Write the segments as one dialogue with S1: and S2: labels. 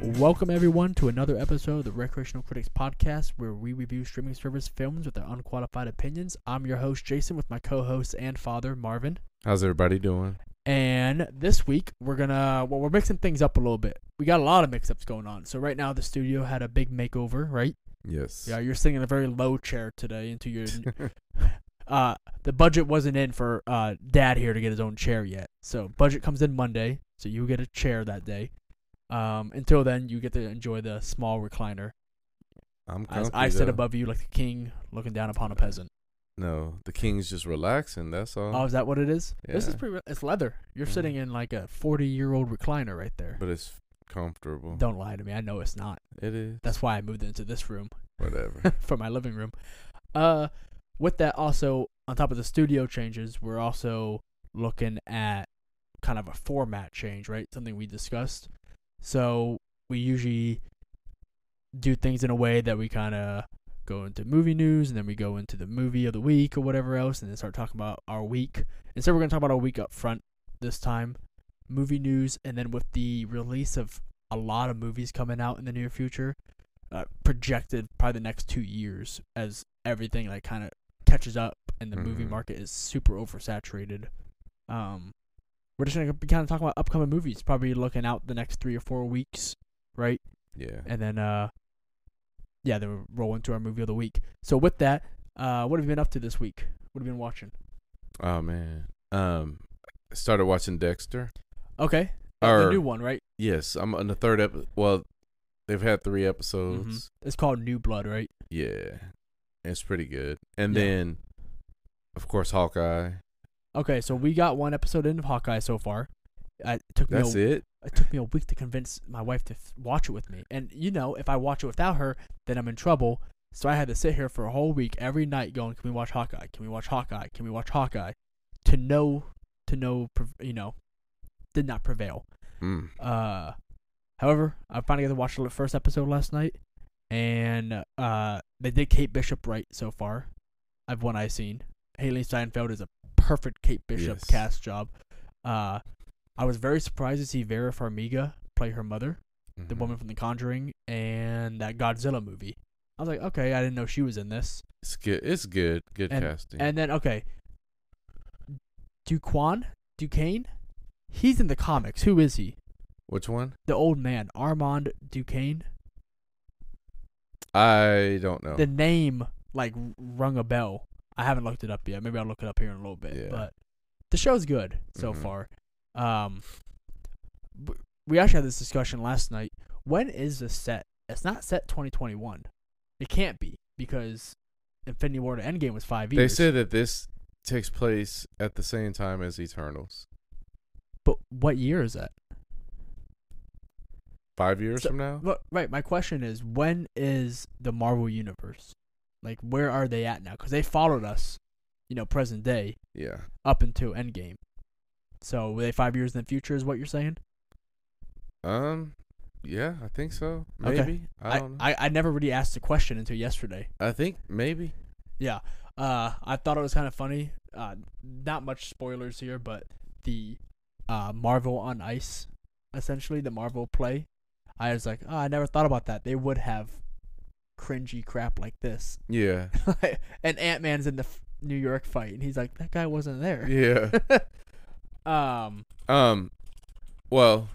S1: Welcome everyone to another episode of the Recreational Critics Podcast, where we review streaming service films with our unqualified opinions. I'm your host Jason, with my co-host and father Marvin.
S2: How's everybody doing?
S1: And this week we're gonna well we're mixing things up a little bit. We got a lot of mix-ups going on. So right now the studio had a big makeover, right?
S2: Yes.
S1: Yeah, you're sitting in a very low chair today. Into your uh, the budget wasn't in for uh dad here to get his own chair yet. So budget comes in Monday, so you get a chair that day. Um, until then, you get to enjoy the small recliner.
S2: I'm
S1: As
S2: comfy,
S1: I sit
S2: though.
S1: above you like the king looking down upon a peasant.
S2: No, the king's just relaxing. That's all.
S1: Oh, is that what it is? This is
S2: Yeah.
S1: pretty. It's leather. You're
S2: Mhm.
S1: sitting in like a 40 year old recliner right there.
S2: but it's comfortable.
S1: Don't lie to me. I know it's not.
S2: It is.
S1: That's why I moved into this room
S2: Whatever.
S1: for my living room. Uh, with that, also on top of the studio changes, we're also looking at kind of a format change, right? Something we discussed. So we usually do things in a way that we kind of go into movie news and then we go into the movie of the week or whatever else and then start talking about our week. Instead, we're going to talk about our week up front this time. Movie news, and then with the release of a lot of movies coming out in the near future, uh, projected probably the next two years as everything like kind of catches up and the movie
S2: Mhm.
S1: market is super oversaturated. Um, we're just gonna be kind of talking about upcoming movies, probably looking out the next three or four weeks, right?
S2: yeah.
S1: And then, uh, yeah, then we'll roll into our movie of the week. So with that, uh, what have you been up to this week? What have you been watching?
S2: Oh man. Um, I started watching Dexter.
S1: Okay, Uh, the
S2: Or-
S1: new one, right?
S2: Yes, I'm on the third episode. Well, they've had three episodes.
S1: It's called New Blood, right?
S2: Yeah, it's pretty good. And
S1: Mm-hmm. Yeah.
S2: then, of course, Hawkeye.
S1: Okay, so we got one episode in of Hawkeye so far. I, it took me a,
S2: That's it.
S1: it took me a week to convince my wife to f- watch it with me. And you know, if I watch it without her, then I'm in trouble. So I had to sit here for a whole week every night going, "Can we watch Hawkeye? Can we watch Hawkeye? Can we watch Hawkeye?" To no, to no, prev- you know, did not prevail.
S2: Mm.
S1: Uh, however, I finally got to watch the first episode last night, and uh, they did Kate Bishop right so far. I've one I've seen. Haley Steinfeld is a perfect Kate Bishop
S2: Yes.
S1: cast job. Uh, I was very surprised to see Vera Farmiga play her mother, the
S2: Mhm.
S1: woman from The Conjuring, and that Godzilla movie. I was like, okay, I didn't know she was in this.
S2: It's good. It's good. Good
S1: And-
S2: casting.
S1: And then okay, Duquan, Duquesne, he's in the comics. Who is he?
S2: Which one?
S1: The old man, Armand Duquesne.
S2: I don't know.
S1: the name like rung a bell. I haven't looked it up yet. Maybe I'll look it up here in a little bit.
S2: Yeah.
S1: But the show's good so
S2: Mhm.
S1: far. Um, b- we actually had this discussion last night. When is the set? It's not set 2021. It can't be because Infinity War to Endgame was five
S2: They
S1: years.
S2: said that this takes place at the same time as Eternals.
S1: but what year is that?
S2: Five years
S1: So-
S2: from now?
S1: Look, right. My question is, when is the Marvel Universe? Like, where are they at now? Because they followed us, you know, present day.
S2: Yeah.
S1: up until Endgame. So were they five years in the future? Is what you're saying?
S2: Um yeah, I think so.
S1: Okay.
S2: Maybe. I don't know.
S1: I, I never really asked the question until yesterday.
S2: I think maybe.
S1: Yeah, uh, I thought it was kind of funny. Uh, not much spoilers here, but the uh, Marvel on Ice, essentially the Marvel play. I was like, oh, I never thought about that. They would have cringy crap like this.
S2: Yeah.
S1: and Ant Man's in the f- New York fight, and he's like, that guy wasn't there.
S2: Yeah.
S1: um,
S2: um well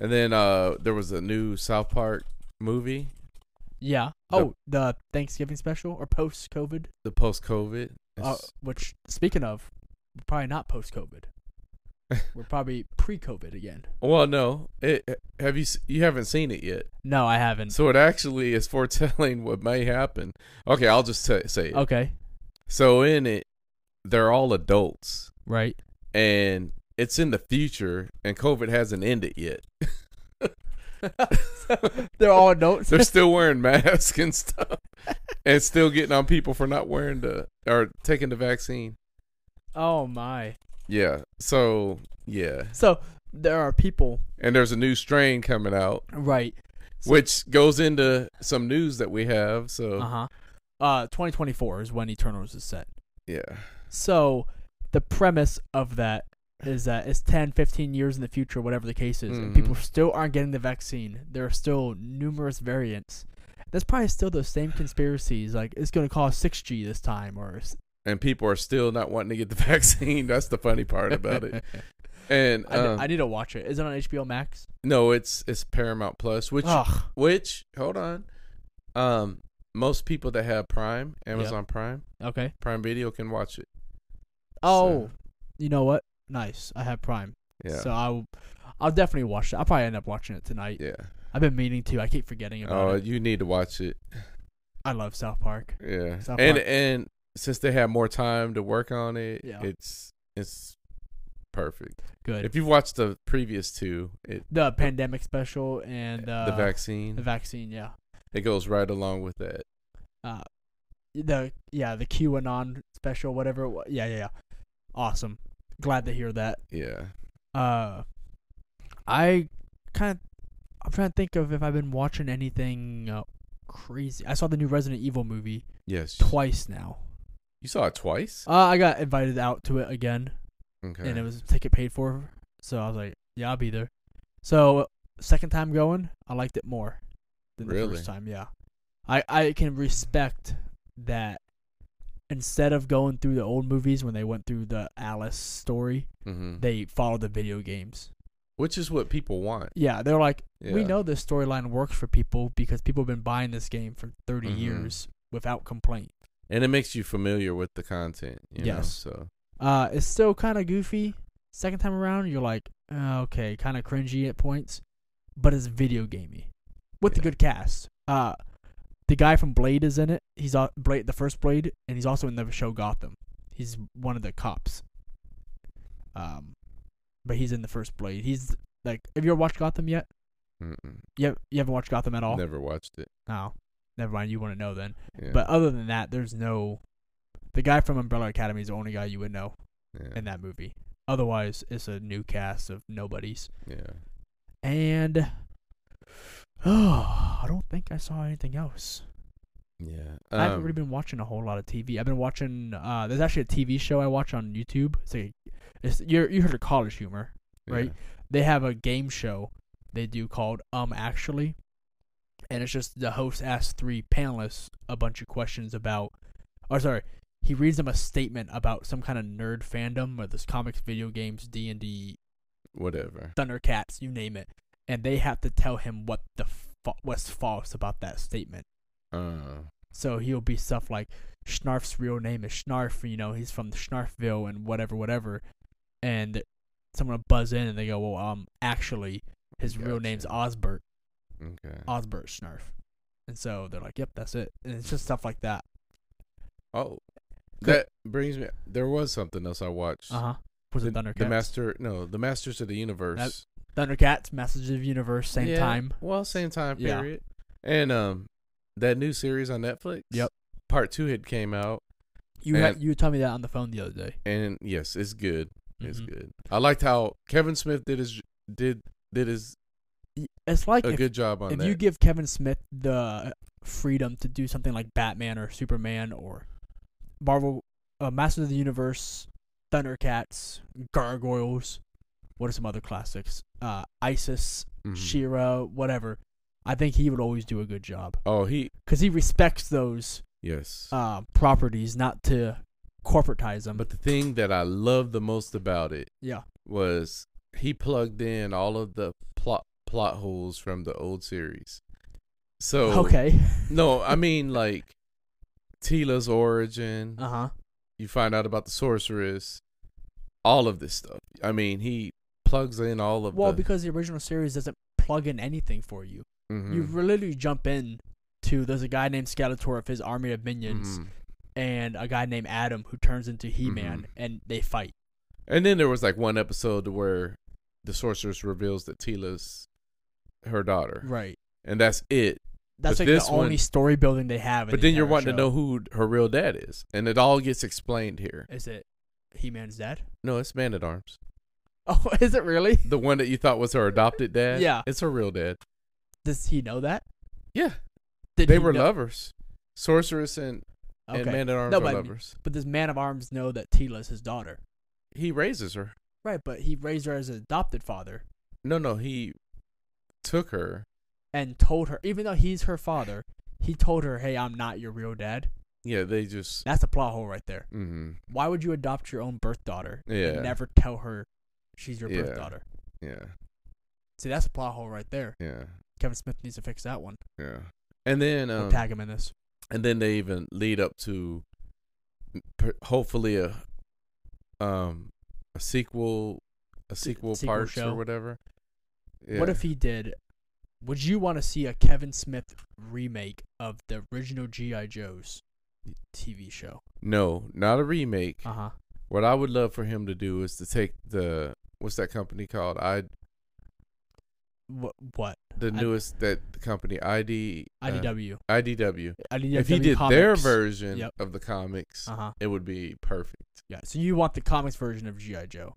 S2: and then uh there was a new South Park movie,
S1: yeah.
S2: The-
S1: Oh, the Thanksgiving special or post COVID.
S2: the post COVID.
S1: Uh, which, speaking of, we're probably not post COVID. We're probably pre COVID again.
S2: well, no. It have you s- you haven't seen it yet.
S1: No, I haven't.
S2: So it actually is foretelling what may happen. Okay, I'll just t- say it.
S1: Okay.
S2: So in it they're all adults.
S1: Right.
S2: and it's in the future, and COVID hasn't ended yet.
S1: They're all adults.
S2: They're still wearing masks and stuff, and still getting on people for not wearing the or taking the vaccine.
S1: oh, my.
S2: Yeah. So yeah,
S1: So there are people.
S2: and there's a new strain coming out,
S1: Right.
S2: which goes into some news that we have. So
S1: Uh huh. Uh, 2024 is when Eternals is set.
S2: yeah,
S1: So the premise of that is that it's 10, 15 years in the future, whatever the case is, and
S2: Mhm.
S1: people still aren't getting the vaccine. There are still numerous variants. That's probably still those same conspiracies. Like it's going to cost six G this time, or s-
S2: and people are still not wanting to get the vaccine. That's the funny part about it. And
S1: I,
S2: um,
S1: I need to watch it. Is it on HBO Max?
S2: no, it's it's Paramount Plus, which
S1: Ugh.
S2: which hold on, um, most people that have Prime, Amazon Prime,
S1: Okay.
S2: Prime Video can watch it.
S1: Oh, you know what? Nice. I have Prime,
S2: Yeah,
S1: so I'll I'll definitely watch it. I'll probably end up watching it tonight.
S2: yeah.
S1: I've been meaning to. I keep forgetting about
S2: Oh,
S1: it.
S2: you need to watch it.
S1: I love South Park.
S2: Yeah,
S1: South
S2: and
S1: Park.
S2: and since they have more time to work on it,
S1: Yeah.
S2: it's it's perfect.
S1: Good.
S2: If you've watched the previous two, it
S1: the pandemic special and uh,
S2: the vaccine,
S1: The vaccine, yeah.
S2: it goes right along with that.
S1: Uh, the yeah, the QAnon special, whatever. It was. Yeah, yeah, yeah. Awesome. Glad to hear that.
S2: Yeah,
S1: Uh, I kind of I'm trying to think of if I've been watching anything uh, crazy. I saw the new Resident Evil movie
S2: yes.
S1: twice now.
S2: you saw it twice.
S1: Uh, I got invited out to it again,
S2: Okay.
S1: uh, and it was a ticket paid for. So I was like, yeah, I'll be there. So second time going, I liked it more than the
S2: Really?
S1: first time. Yeah, I I can respect that. Instead of going through the old movies when they went through the Alice story,
S2: Mhm.
S1: they followed the video games.
S2: Which is what people want.
S1: Yeah, they're like, we
S2: Yeah.
S1: know this storyline works for people because people have been buying this game for 30
S2: Mhm.
S1: years without complaint.
S2: and it makes you familiar with the content. You
S1: Yes.
S2: Know? So
S1: Uh, it's still kind of goofy. Second time around, you're like, "Uh, okay, kind of cringy at points, but it's video gamey with a
S2: Yeah.
S1: good cast. Uh, the guy from Blade is in it. He's uh, Blade, the first Blade, and he's also in the show Gotham. He's one of the cops. Um, but he's in the first Blade. He's like, have you ever watched Gotham yet?
S2: mm-mm.
S1: You, have, you haven't watched Gotham at all?
S2: never watched it.
S1: No. Never mind. You wouldn't know then.
S2: Yeah.
S1: But other than that, there's no. The guy from Umbrella Academy is the only guy you would know
S2: yeah.
S1: in that movie. Otherwise, it's a new cast of nobodies.
S2: yeah.
S1: And. Oh, I don't think I saw anything else.
S2: Yeah.
S1: I haven't
S2: Um,
S1: really been watching a whole lot of TV. I've been watching. Uh, there's actually a TV show I watch on YouTube. It's like, it's you you heard of College Humor? right? They have a game show they do called Um Actually, and it's just the host asks three panelists a bunch of questions about, or sorry, he reads them a statement about some kind of nerd fandom, whether it's comics, video games, D and D,
S2: Whatever.
S1: Thundercats, you name it, and they have to tell him what the fa- what's false about that statement.
S2: Uh,
S1: So he'll be stuff like Schnarf's real name is Schnarf, you know, he's from Schnarfville and whatever, whatever. And someone will buzz in and they go, well, um, actually, his real name's Osbert,
S2: okay.
S1: Osbert Schnarf. And so they're like, yep, that's it. And it's just stuff like that.
S2: Oh.
S1: Good.
S2: That brings me. There was something else I watched.
S1: Uh huh. Was
S2: the,
S1: it Thundercats?
S2: the master? No, the Masters of the Universe.
S1: Thundercats, Messages of Universe, same
S2: Yeah,
S1: time.
S2: Well, same time
S1: Yeah.
S2: period. And um, that new series on Netflix.
S1: Yep.
S2: Part two had came out,
S1: You had,
S2: And-
S1: you told me that on the phone the other day.
S2: and yes, it's good. It's
S1: Mhm.
S2: good. I liked how Kevin Smith did his did did his
S1: Y- It's like
S2: a
S1: if,
S2: good job on
S1: if
S2: that.
S1: you give Kevin Smith the uh, freedom to do something like Batman or Superman or Marvel, uh, Masters of the Universe, Thundercats, Gargoyles, what are some other classics? Uh, Isis,
S2: Mhm.
S1: She-Ra, whatever. I think he would always do a good job
S2: oh, he
S1: because he respects those
S2: yes.
S1: uh, properties, not to corporatize them.
S2: but the thing that I loved the most about it
S1: yeah,
S2: was he plugged in all of the plot plot holes from the old series. So
S1: okay,
S2: no, I mean like Tila's origin.
S1: uh huh,
S2: You find out about the sorceress. All of this stuff. I mean, he plugs in all of
S1: well,
S2: the.
S1: because the original series doesn't plug in anything for you.
S2: Mhm,
S1: you re- literally jump in to there's a guy named Skeletor of his army of minions
S2: mhm.
S1: and a guy named Adam who turns into He-Man
S2: Mhm.
S1: and they fight.
S2: And then there was like one episode where the sorceress reveals that Tila's her daughter,
S1: Right.
S2: and that's it.
S1: That's like
S2: But this
S1: the only
S2: one-
S1: story building they have. in
S2: But
S1: the
S2: then you're
S1: entire
S2: wanting to
S1: show.
S2: know who her real dad is, and it all gets explained here.
S1: is it He-Man's dad?
S2: No, it's Man at Arms,
S1: Oh, is it really?
S2: the one that you thought was her adopted dad.
S1: Yeah.
S2: it's her real dad.
S1: Does he know that?
S2: Yeah,
S1: Did
S2: they
S1: he
S2: were
S1: know-
S2: lovers, sorceress and,
S1: Okay.
S2: and Man at Arms
S1: No,
S2: were
S1: but I mean-
S2: lovers.
S1: but does Man of Arms know that Tila's his daughter?
S2: He raises her.
S1: Right, but he raised her as an adopted father
S2: No, no, he took her.
S1: and told her, even though he's her father, he told her, "Hey, I'm not your real dad."
S2: Yeah, they just.
S1: That's a plot hole right there.
S2: hmm
S1: Why would you adopt your own birth daughter
S2: Yeah.
S1: and never tell her she's your
S2: Yeah.
S1: birth daughter?
S2: Yeah,
S1: See, that's a plot hole right there.
S2: yeah,
S1: Kevin Smith needs to fix that one.
S2: yeah. And then,
S1: We'll
S2: um,
S1: tag him in this.
S2: and then they even lead up to per- hopefully a um a sequel, a sequel,
S1: sequel
S2: parts
S1: show.
S2: or whatever. Yeah.
S1: What if he did? Would you want to see a Kevin Smith remake of the original G.I. Joe's TV show?
S2: No, not a remake.
S1: Uh huh.
S2: What I would love for him to do is to take the what's that company called? I
S1: What? What?
S2: the
S1: I-
S2: newest that company ID uh,
S1: IDW.
S2: IDW.
S1: IDW.
S2: If he did their
S1: comics.
S2: version
S1: Yep.
S2: of the comics,
S1: Uh huh.
S2: it would be perfect.
S1: Yeah. So you want the comics version of G.I. Joe?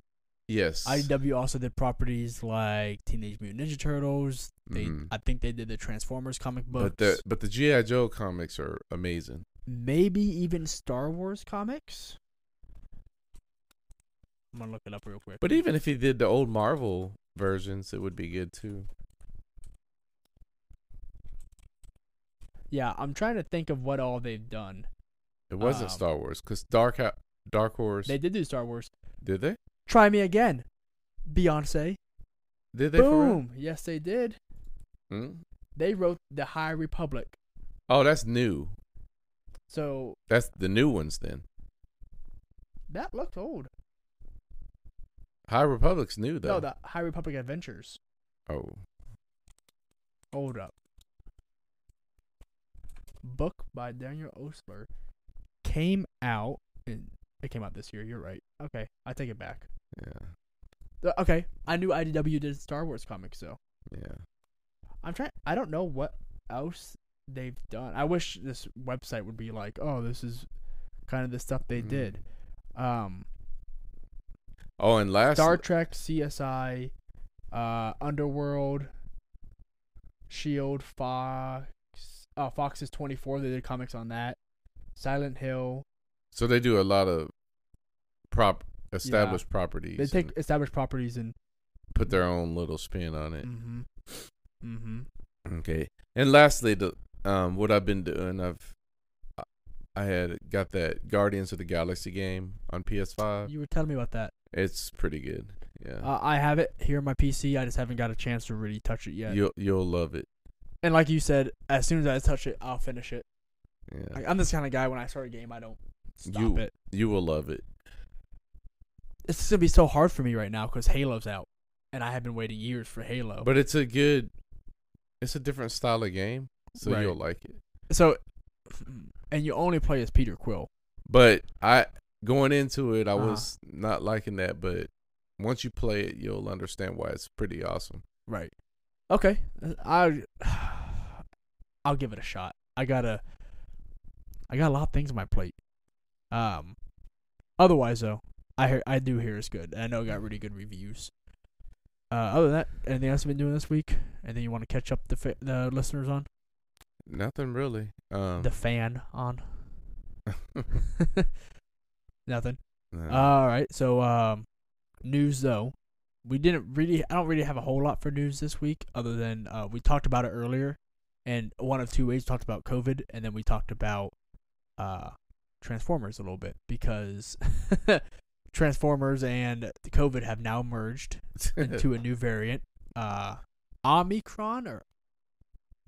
S2: Yes.
S1: IDW also did properties like Teenage Mutant Ninja Turtles. They,
S2: Mhm.
S1: I think they did the Transformers comic books.
S2: but the but the GI Joe comics are amazing.
S1: maybe even Star Wars comics. I'm gonna look it up real quick.
S2: But even if he did the old Marvel versions, it would be good too.
S1: yeah, I'm trying to think of what all they've done.
S2: It wasn't
S1: Um,
S2: Star Wars because Dark Ho- Dark Horse
S1: They did do Star Wars.
S2: did they
S1: Try me again, Beyonce.
S2: did they for real?
S1: Boom. Yes, they did.
S2: Hmm?
S1: They wrote the High Republic.
S2: Oh, that's new.
S1: So
S2: That's the new ones then.
S1: that looked old.
S2: High Republic's new
S1: No,
S2: though.
S1: the High Republic Adventures.
S2: oh,
S1: Hold up. Book by Daniel Osler came out in it came out this year, you're right. Okay, I take it back.
S2: yeah,
S1: Uh, Okay, I knew IDW did Star Wars comics, so
S2: yeah.
S1: I'm trying. I don't know what else they've done. I wish this website would be like, oh, this is kind of the stuff they
S2: Mhm.
S1: did. Um,
S2: Oh, and last
S1: Star Trek, CSI, uh, Underworld, Shield, E Fox. Uh, Fox is 24. They did comics on that. Silent Hill.
S2: so they do a lot of prop established properties.
S1: They take
S2: and
S1: established properties and.
S2: put their own little spin on it.
S1: Mm-hmm. Mm-hmm.
S2: Okay. And lastly, the um, what I've been doing, I've I- I had got that Guardians of the Galaxy game on PS5.
S1: You were telling me about that.
S2: It's pretty good. Uh, Yeah,
S1: Uh, I have it here on my PC. I just haven't got a chance to really touch it yet.
S2: you'll you'll love it.
S1: And like you said, as soon as I touch it, I'll finish it.
S2: Yeah,
S1: Like, I'm this kind of guy. When I start a game, I don't stop
S2: You-
S1: it.
S2: you will love it.
S1: It's just gonna be so hard for me right now because Halo's out, and I have been waiting years for Halo.
S2: But it's a good, it's a different style of game, so
S1: Right.
S2: you'll like it.
S1: so, and you only play as Peter Quill.
S2: But I going into it, I
S1: Uh-huh.
S2: was not liking that, but once you play it, you'll understand why it's pretty awesome.
S1: Right. Okay. I I'll give it a shot. I gotta I got a lot of things on my plate. Um otherwise though, I hear, I do hear it's good. And I know it got really good reviews. Uh other than that, anything else I've been doing this week? And then you want to catch up the fa- the listeners on?
S2: Nothing really. Um,
S1: The fan on? Nothing.
S2: no.
S1: All right. So um news though. We didn't really I don't really have a whole lot for news this week other than uh we talked about it earlier and one of two ways talked about COVID and then we talked about uh Transformers a little bit because Transformers and the COVID have now merged into a new variant. Uh Omicron or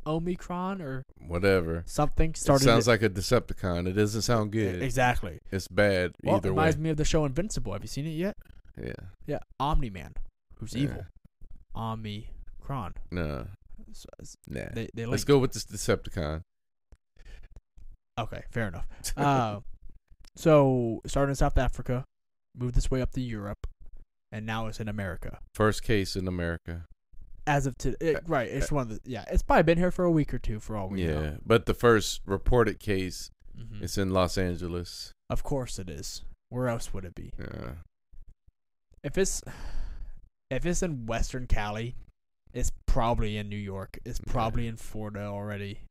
S1: Omicron or
S2: whatever.
S1: something
S2: It
S1: started
S2: sounds like a Decepticon. It doesn't sound good.
S1: exactly.
S2: It's bad
S1: Well, it
S2: either way.
S1: reminds me of the show Invincible. Have you seen it yet?
S2: Yeah.
S1: Yeah, Omni Man, who's
S2: yeah.
S1: evil. Omicron.
S2: No.
S1: So it's-
S2: Nah.
S1: they they
S2: Let's
S1: like
S2: go with this Decepticon.
S1: okay, fair enough. Uh, so started in South Africa, moved this way up to Europe, and now it's in America.
S2: First case in America.
S1: As of today,
S2: Uh,
S1: right? It's one of the yeah. It's probably been here for a week or two for all we
S2: yeah.
S1: know.
S2: But the first reported case
S1: Mhm.
S2: is in Los Angeles.
S1: Of course it is. Where else would it be?
S2: Yeah.
S1: If it's if it's in Western Cali, it's probably in New York. It's
S2: Yeah.
S1: probably in Florida already.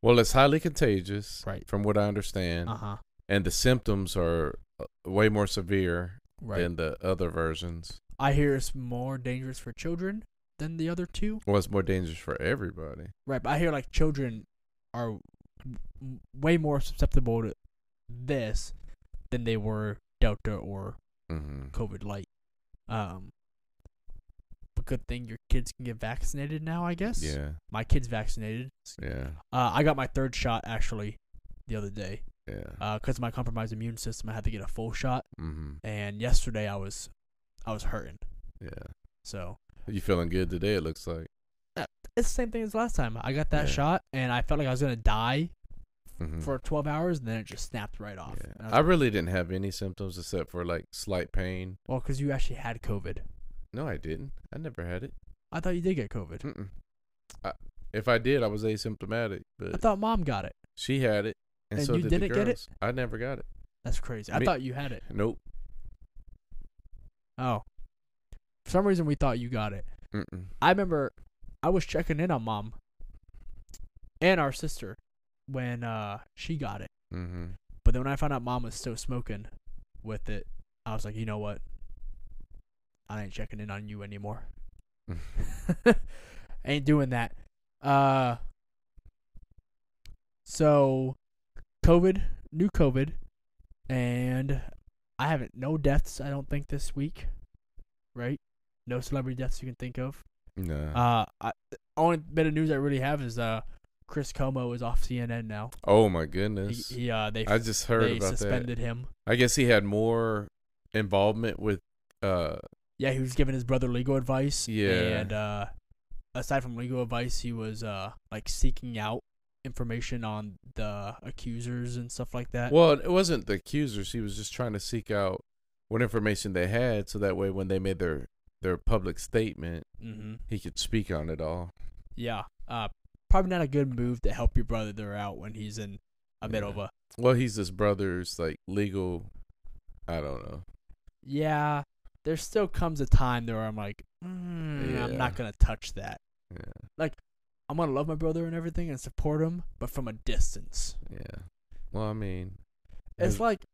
S2: Well, it's highly contagious,
S1: Right. Uh-huh.
S2: from what I understand,
S1: Uh huh.
S2: and the symptoms are uh, way more severe
S1: Right.
S2: than the other versions.
S1: I hear it's more dangerous for children than the other two.
S2: Well, it's more dangerous for everybody.
S1: Right, but I hear like children are w- w- way more susceptible to this than they were Delta or
S2: Mm-hmm.
S1: COVID light. Um, but good thing your kids can get vaccinated now, I guess.
S2: Yeah,
S1: My kid's vaccinated.
S2: yeah,
S1: Uh, I got my third shot actually the other day
S2: yeah.
S1: because of my compromised immune system. I had to get a full shot,
S2: mm-hmm.
S1: and yesterday I was, I was hurting.
S2: Yeah.
S1: So
S2: You feeling good today? It looks like.
S1: it's the same thing as last time. I got that
S2: Yeah.
S1: shot, and I felt like I was gonna die
S2: Mhm.
S1: for 12 hours, and then it just snapped right off.
S2: Yeah.
S1: And I was
S2: I really didn't have any symptoms except for like slight pain.
S1: Well, because you actually had COVID.
S2: No, I didn't. I never had it.
S1: I thought you did get COVID.
S2: Mm-mm. I, if I did, I was asymptomatic.
S1: I
S2: But
S1: thought mom got it.
S2: she had it, and,
S1: And
S2: so
S1: you
S2: did the
S1: didn't get it?
S2: girls. I never got it.
S1: That's crazy. I
S2: Me-
S1: thought you had it.
S2: Nope.
S1: Oh. For some reason, we thought you got it.
S2: Mm-mm.
S1: I remember I was checking in on mom and our sister when uh, she got it.
S2: Mm-hmm.
S1: But then when I found out mom was still smoking with it, I was like, you know what? I ain't checking in on you anymore. ain't doing that. Uh so COVID, new COVID, and I haven't no deaths, I don't think, this week. Right? No celebrity deaths you can think of.
S2: No.
S1: Uh I only bit of news I really have is uh Chris Como is off CNN now.
S2: oh my
S1: He,
S2: goodness.
S1: he uh they
S2: I just heard
S1: they
S2: about that.
S1: suspended him.
S2: I guess he had more involvement with. Uh,
S1: Yeah, he was giving his brother legal advice.
S2: Yeah.
S1: And uh, aside from legal advice, he was uh, like seeking out information on the accusers and stuff like that.
S2: well, it wasn't the accusers. He was just trying to seek out what information they had, so that way when they made their their public statement,
S1: hmm
S2: he could speak on it all.
S1: Yeah. Uh, probably not a good move to help your brother out when he's in a middle of
S2: Yeah.
S1: a.
S2: Well, he's his brother's like legal. I don't know.
S1: Yeah. There still comes a time there where I'm like, mm, I'm
S2: Yeah.
S1: not going to touch that.
S2: Yeah,
S1: I'm going to love my brother and everything and support him, but from a distance.
S2: yeah. Well, I mean,
S1: It's
S2: Has-
S1: like,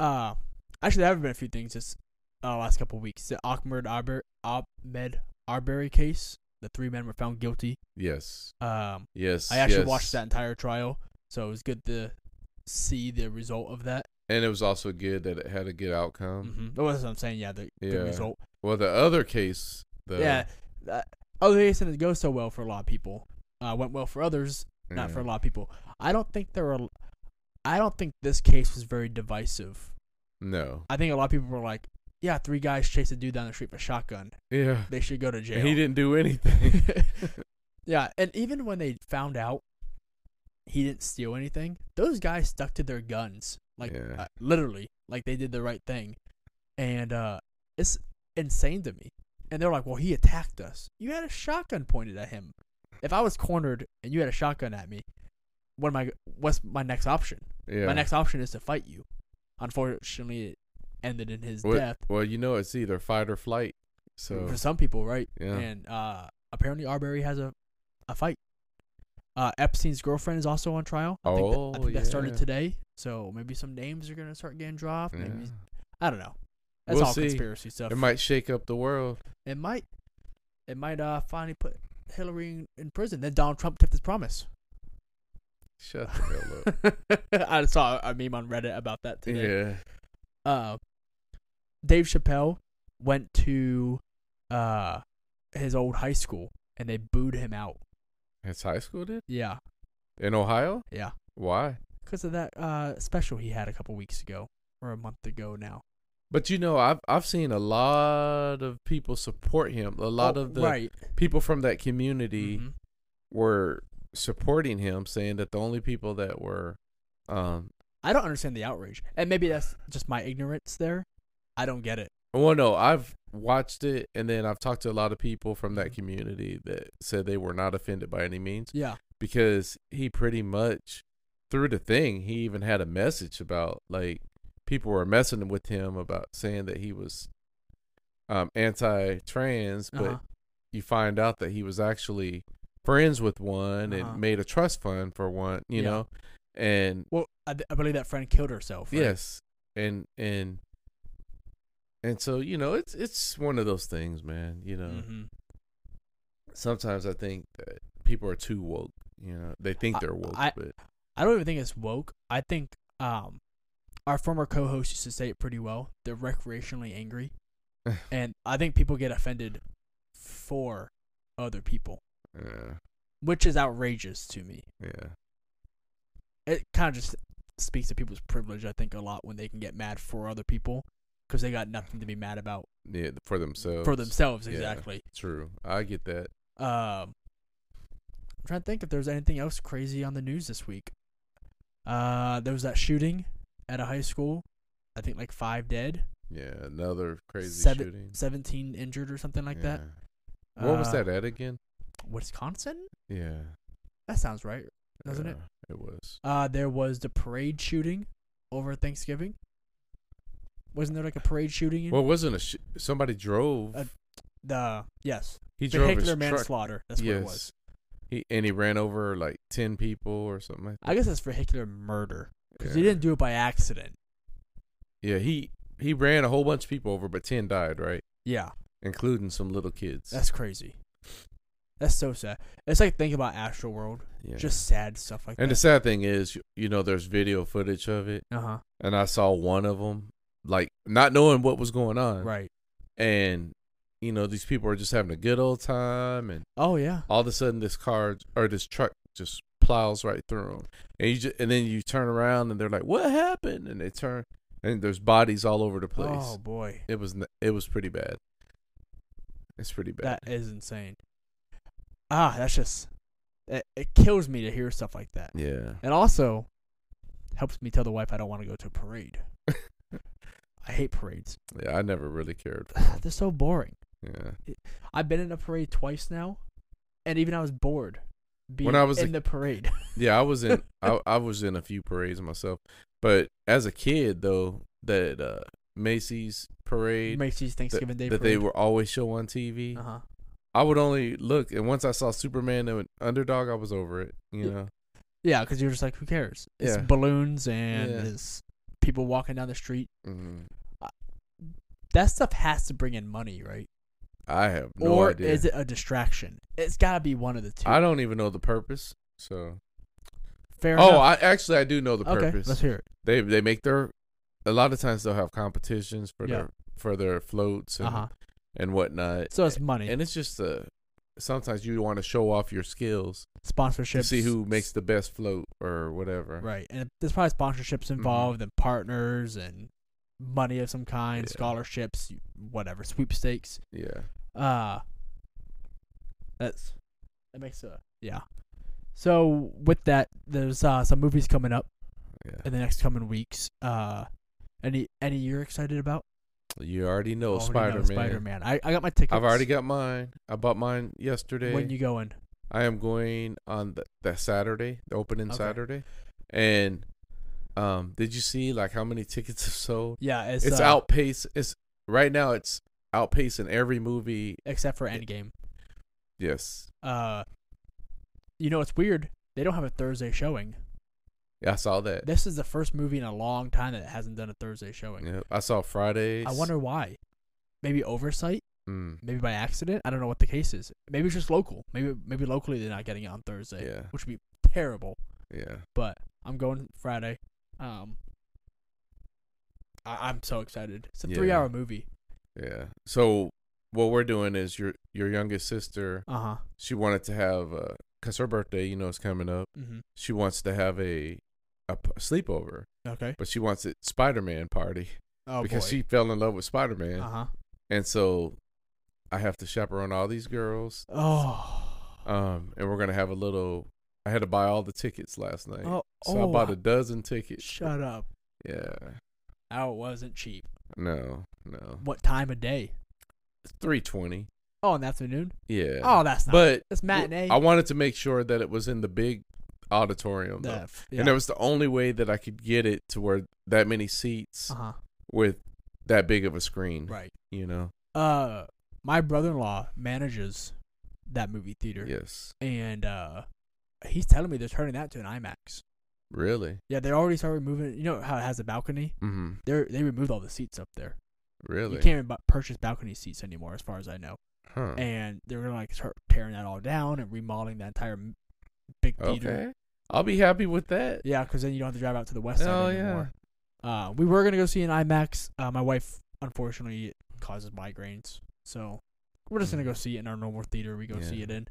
S1: uh, actually, there have been a few things this uh, last couple of weeks. The Ahmed Arbery, Ahmed Arbery case. The three men were found guilty.
S2: yes,
S1: Um,
S2: yes.
S1: I actually
S2: yes.
S1: watched that entire trial, so it was good to see the result of that.
S2: and it was also good that it had a good outcome.
S1: hmm That was what I'm saying. Yeah, Mm-hmm. the,
S2: Um, Yeah.
S1: the result.
S2: Well, the other case, the
S1: yeah. Uh, although it didn't go so well for a lot of people, uh, went well for others, not for a
S2: yeah.
S1: lot of people. I don't think there were. I don't think this case was very divisive.
S2: no,
S1: I think a lot of people were like, "Yeah, three guys chased a dude down the street with a shotgun.
S2: yeah,
S1: They should go to jail."
S2: and he didn't do anything.
S1: yeah, and even when they found out he didn't steal anything, those guys stuck to their guns, like
S2: Yeah.
S1: uh, literally, like they did the right thing, and uh, it's insane to me. And they're like, "Well, he attacked us. You had a shotgun pointed at him. If I was cornered and you had a shotgun at me, what am I? What's my next option?
S2: yeah.
S1: My next option is to fight you. Unfortunately, it ended in his
S2: What-
S1: death
S2: Well, you know, it's either fight or flight. So
S1: for some people, right?
S2: yeah,
S1: And uh, apparently, Arbery has a, a fight. Uh, Epstein's girlfriend is also on trial. I think, that, I
S2: Oh,
S1: think that started
S2: yeah.
S1: today. So maybe some names are gonna start getting dropped.
S2: yeah.
S1: Maybe I don't know. That's
S2: We'll
S1: all
S2: see.
S1: conspiracy stuff.
S2: it might shake up the world.
S1: It might. It might uh finally put Hillary in, in prison. Then Donald Trump kept his promise.
S2: Shut the hell up.
S1: I saw a meme on Reddit about that today.
S2: yeah.
S1: uh, Dave Chappelle went to uh, his old high school and they booed him out.
S2: It's high school, did
S1: Yeah,
S2: in Ohio?
S1: yeah,
S2: Why?
S1: because of that uh, special he had a couple weeks ago or a month ago now.
S2: But you know, I've I've seen a lot of people support him. A lot
S1: Oh,
S2: of the
S1: right.
S2: people from that community
S1: Mhm.
S2: were supporting him, saying that the only people that were, um,
S1: I don't understand the outrage, and maybe that's just my ignorance there. I don't get it.
S2: well, no, I've watched it, and then I've talked to a lot of people from that
S1: Mhm.
S2: community that said they were not offended by any means
S1: Yeah,
S2: because he pretty much through the thing he even had a message about like people were messing with him about saying that he was um anti-trans but
S1: uh-huh.
S2: you find out that he was actually friends with one
S1: Uh-huh.
S2: and made a trust fund for one, you
S1: Yeah.
S2: know, and
S1: well, I, I believe that friend killed herself. right?
S2: yes, and and And so, you know, it's it's one of those things, man. You know,
S1: hmm
S2: sometimes I think that people are too woke. You know, they think
S1: I-
S2: they're woke,
S1: I-
S2: but
S1: I don't even think it's woke. I think um, our former co-host used to say it pretty well. They're recreationally angry, and I think people get offended for other people,
S2: yeah,
S1: which is outrageous to me.
S2: yeah,
S1: It kind of just speaks to people's privilege. I think a lot when they can get mad for other people because they got nothing to be mad about
S2: yeah, for themselves.
S1: for themselves.
S2: yeah.
S1: Exactly.
S2: True, I get that.
S1: Um, I'm trying to think if there's anything else crazy on the news this week. Uh, there was that shooting at a high school. I think like five dead.
S2: Yeah, another crazy
S1: Seven-
S2: shooting
S1: 17 injured or something like that.
S2: Yeah. What was
S1: Uh,
S2: that at again?
S1: Wisconsin?
S2: Yeah,
S1: That sounds right, doesn't it?
S2: yeah, It was.
S1: Uh, there was the parade shooting over Thanksgiving. Wasn't there like a parade shooting? In
S2: Well, it wasn't a sh- somebody drove.
S1: Uh, the yes,
S2: he drove his
S1: vehicular
S2: truck.
S1: manslaughter. That's
S2: yes.
S1: what it was.
S2: He and he ran over like ten people or something. Like that.
S1: I guess that's vehicular murder because he
S2: Yeah.
S1: didn't do it by accident.
S2: Yeah, he he ran a whole bunch of people over, but ten died, right?
S1: Yeah,
S2: Including some little kids.
S1: that's crazy. That's so sad. It's like thinking about Astro World.
S2: yeah.
S1: Just sad stuff like
S2: And the
S1: that.
S2: sad thing is, you know, there's video footage of it,
S1: Uh huh.
S2: and I saw one of them, like not knowing what was going on,
S1: Right.
S2: and you know these people are just having a good old time, and
S1: Oh yeah.
S2: all of a sudden this car or this truck just plows right through them, and you just, and then you turn around and they're like, "What happened?" and they turn, and there's bodies all over the place.
S1: Oh boy.
S2: It was n- it was pretty bad. It's pretty bad.
S1: That is insane. Ah, that's just it, it kills me to hear stuff like that.
S2: yeah.
S1: And also helps me tell the wife I don't want to go to a parade. I hate parades.
S2: Yeah, I never really cared.
S1: They're so boring.
S2: Yeah.
S1: I've been in a parade twice now, and even I was bored being
S2: I was a-
S1: in the parade.
S2: Yeah, I was in I, I was in a few parades myself. But as a kid though, that uh Macy's parade
S1: Macy's
S2: that,
S1: Thanksgiving Day
S2: that they
S1: parade.
S2: were always show on TV.
S1: uh-huh.
S2: I would only look and once I saw Superman and Underdog, I was over it, you
S1: Yeah.
S2: know.
S1: Yeah, because you're just like, who cares? It's
S2: Yeah.
S1: balloons and
S2: Yeah.
S1: it's people walking down the street.
S2: hmm
S1: That stuff has to bring in money, right?
S2: I have no
S1: or
S2: idea.
S1: is it a distraction? It's got to be one of the two.
S2: I don't even know the purpose. So
S1: Fair
S2: Oh,
S1: enough.
S2: I actually I do know the
S1: okay,
S2: purpose.
S1: let's hear it.
S2: They they make their a lot of times they'll have competitions for
S1: Yeah.
S2: their for their floats and,
S1: Uh huh.
S2: and whatnot.
S1: So it's money,
S2: and it's just uh sometimes you want to show off your skills to
S1: sponsorships.
S2: see who makes the best float or whatever.
S1: right, and there's probably sponsorships
S2: Mm-hmm.
S1: involved, and partners, and money of some kind,
S2: Yeah.
S1: scholarships, whatever, sweepstakes.
S2: Yeah.
S1: Uh that's that makes a yeah. So with that, there's uh, some movies coming up
S2: Yeah.
S1: in the next coming weeks. Uh, any any you're excited about?
S2: You already know
S1: Already
S2: Spider
S1: know
S2: Man.
S1: Spider-Man. I, I got my tickets.
S2: I've already got mine. I bought mine yesterday.
S1: When you going?
S2: I am going on the, the Saturday, the opening
S1: Okay.
S2: Saturday. And um did you see like how many tickets have sold?
S1: Yeah, it's,
S2: It's,
S1: uh,
S2: outpace it's right now it's outpacing every movie.
S1: except for Endgame.
S2: Yes.
S1: Uh, you know it's weird. They don't have a Thursday showing.
S2: I saw that.
S1: This is the first movie in a long time that hasn't done a Thursday showing.
S2: Yeah. I saw Fridays.
S1: I wonder why. Maybe oversight.
S2: mm,
S1: Maybe by accident. I don't know what the case is. Maybe it's just local. Maybe maybe locally they're not getting it on Thursday,
S2: Yeah.
S1: which would be terrible.
S2: Yeah.
S1: But I'm going Friday. Um, I, I'm so excited. It's a
S2: Yeah.
S1: three-hour movie.
S2: Yeah. So what we're doing is your your youngest sister,
S1: Uh huh.
S2: she wanted to have because her birthday, you know, is coming up.
S1: hmm
S2: She wants to have a a p- sleepover,
S1: Okay.
S2: but she wants it Spider Man party
S1: Oh
S2: because
S1: boy.
S2: she fell in love with Spider Man,
S1: Uh huh.
S2: and so I have to chaperone all these girls.
S1: Oh.
S2: Um, and we're gonna have a little. I had to buy all the tickets last night,
S1: oh.
S2: so
S1: oh.
S2: I bought a dozen tickets.
S1: Shut up.
S2: Yeah.
S1: That wasn't cheap.
S2: No. No.
S1: What time of day?
S2: Three twenty.
S1: Oh, in the afternoon.
S2: Yeah.
S1: Oh, that's not.
S2: but
S1: that's matinee.
S2: I wanted to make sure that it was in the big auditorium, though. and that was the only way that I could get it to where that many seats
S1: uh huh.
S2: with that big of a screen.
S1: Right.
S2: You know.
S1: Uh, my brother-in-law manages that movie theater,
S2: Yes.
S1: and uh, he's telling me they're turning that to an IMAX.
S2: Really.
S1: Yeah, they already started moving. You know how it has a balcony?
S2: Mm-hmm.
S1: They are they removed all the seats up there.
S2: Really?
S1: You can't even bu- purchase balcony seats anymore, as far as I know.
S2: Huh.
S1: And they're gonna like start tearing that all down and remodeling that entire m- big theater.
S2: Okay. I'll be happy with that.
S1: Yeah, because then you don't have to drive out to the west side
S2: Hell Oh, yeah.
S1: anymore. Uh, we were gonna go see an IMAX. Uh, my wife unfortunately causes migraines, so we're just gonna
S2: Mm.
S1: go see it in our normal theater. We go
S2: Yeah.
S1: see it in,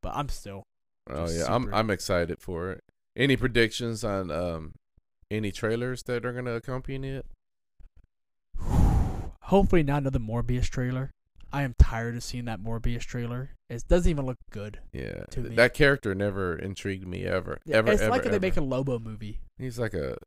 S1: but I'm still
S2: Oh
S1: Just
S2: yeah, I'm
S1: super-
S2: I'm excited for it. Any predictions on um any trailers that are gonna accompany it?
S1: hopefully not another Morbius trailer. I am tired of seeing that Morbius trailer. It doesn't even look good.
S2: Yeah,
S1: To
S2: th-
S1: me.
S2: that character never intrigued me ever,
S1: Yeah,
S2: ever,
S1: it's
S2: ever.
S1: like if
S2: ever.
S1: they make a Lobo movie.
S2: He's like a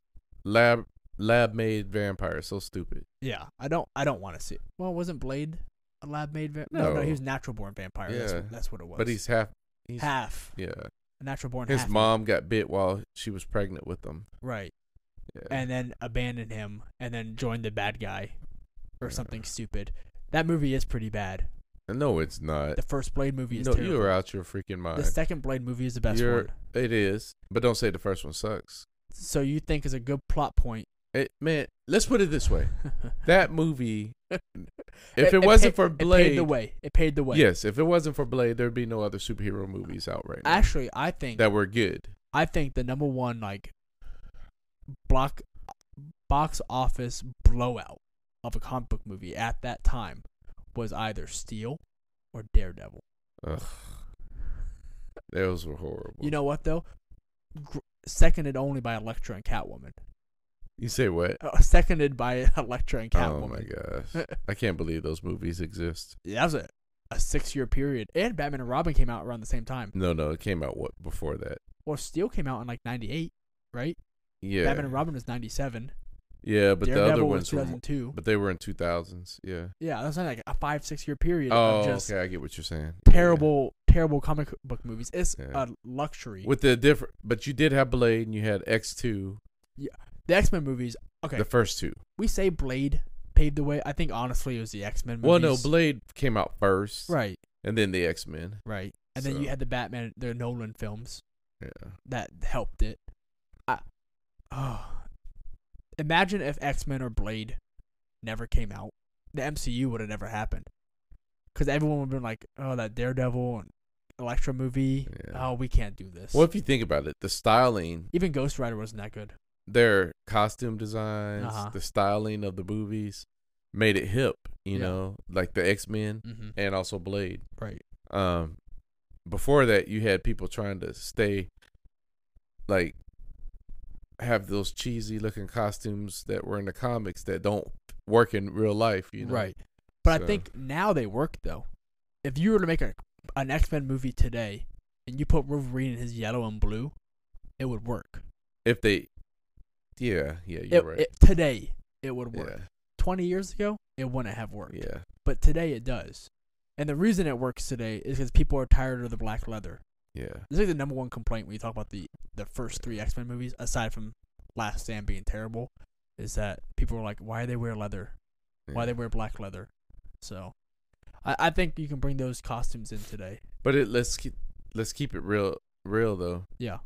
S2: lab lab made vampire. So stupid.
S1: Yeah, I don't. I don't want to see. It. Well, wasn't Blade a lab made vampire? No. no,
S2: No.
S1: he was natural born vampire. That's,
S2: Yeah.
S1: what- that's what it was.
S2: But he's half. He's
S1: half
S2: yeah.
S1: natural born.
S2: His
S1: half
S2: mom got bit while she was pregnant with him.
S1: right?
S2: Yeah.
S1: and then abandon him and then join the bad guy or
S2: Yeah.
S1: something stupid. That movie is pretty bad.
S2: no, it's not.
S1: The first Blade movie is
S2: No,
S1: terrible.
S2: you are out your freaking
S1: the
S2: mind.
S1: second Blade movie is the best
S2: You're-
S1: one.
S2: it is, but don't say the first one sucks.
S1: So you think is a good plot point.
S2: It man, let's put it this way: that movie, if
S1: It-
S2: it,
S1: it
S2: wasn't
S1: pa-
S2: for
S1: It paid
S2: Blade,
S1: the way. It paid the way.
S2: yes, if it wasn't for Blade, there'd be no other superhero movies out right now
S1: Actually, I think
S2: that were good.
S1: I think the number one like block box office blowout of a comic book movie at that time was either Steel or Daredevil.
S2: Ugh, those were horrible.
S1: You know what though? Gr- seconded only by Elektra and Catwoman.
S2: you say what?
S1: Uh, seconded by Elektra and Catwoman.
S2: Oh my gosh, I can't believe those movies exist.
S1: Yeah, that was a, a six year period. And Batman and Robin came out around the same time.
S2: No, no, it came out what before that.
S1: Well, Steel came out in like '98, right?
S2: Yeah,
S1: Batman and Robin was '97.
S2: yeah, but the
S1: Daredevil
S2: other
S1: was
S2: ones were,
S1: 2002.
S2: but they were in two thousands. Yeah.
S1: yeah, that's not like a five six year period
S2: Oh,
S1: of just
S2: okay, I get what you're saying. Yeah.
S1: terrible, terrible comic book movies. It's
S2: Yeah.
S1: a luxury.
S2: With the different, but you did have Blade and you had X two,
S1: the X Men movies, okay,
S2: the first two.
S1: we say Blade paved the way. I think honestly, it was the X Men.
S2: Well, no, Blade came out first,
S1: Right,
S2: and then the X Men.
S1: right, and then
S2: So-
S1: you had the Batman, the Nolan films.
S2: Yeah.
S1: that helped it. I, oh, imagine if X Men or Blade never came out. The MCU would have never happened. Because everyone would have been like, oh, that Daredevil and Electra movie.
S2: Yeah.
S1: Oh, we can't do this.
S2: Well, if you think about it, the styling,
S1: Even Ghost Rider wasn't that good.
S2: their costume designs,
S1: Uh-huh.
S2: the styling of the movies, made it hip.
S1: Yeah.
S2: You know, like the X Men
S1: Mm-hmm.
S2: and also Blade.
S1: Right.
S2: Um, before that, you had people trying to stay, like, have those cheesy looking costumes that were in the comics that don't work in real life. You know,
S1: Right. But I
S2: So-
S1: think now they work, though. If you were to make a, an X Men movie today and you put Wolverine in his yellow and blue, it would work.
S2: If they, yeah, yeah, you're
S1: It,
S2: right.
S1: it- today, it would work.
S2: yeah,
S1: 20 years ago, it wouldn't have worked.
S2: yeah.
S1: but today it does. And the reason it works today is because people are tired of the black leather.
S2: Yeah.
S1: This is like the number one complaint when you talk about the, the first three X Men movies, aside from Last Stand being terrible, is that people are like, why they wear leather? Why they
S2: yeah.
S1: wear black leather? So I, I think you can bring those costumes in today.
S2: But it let's keep let's keep it real real though.
S1: Yeah.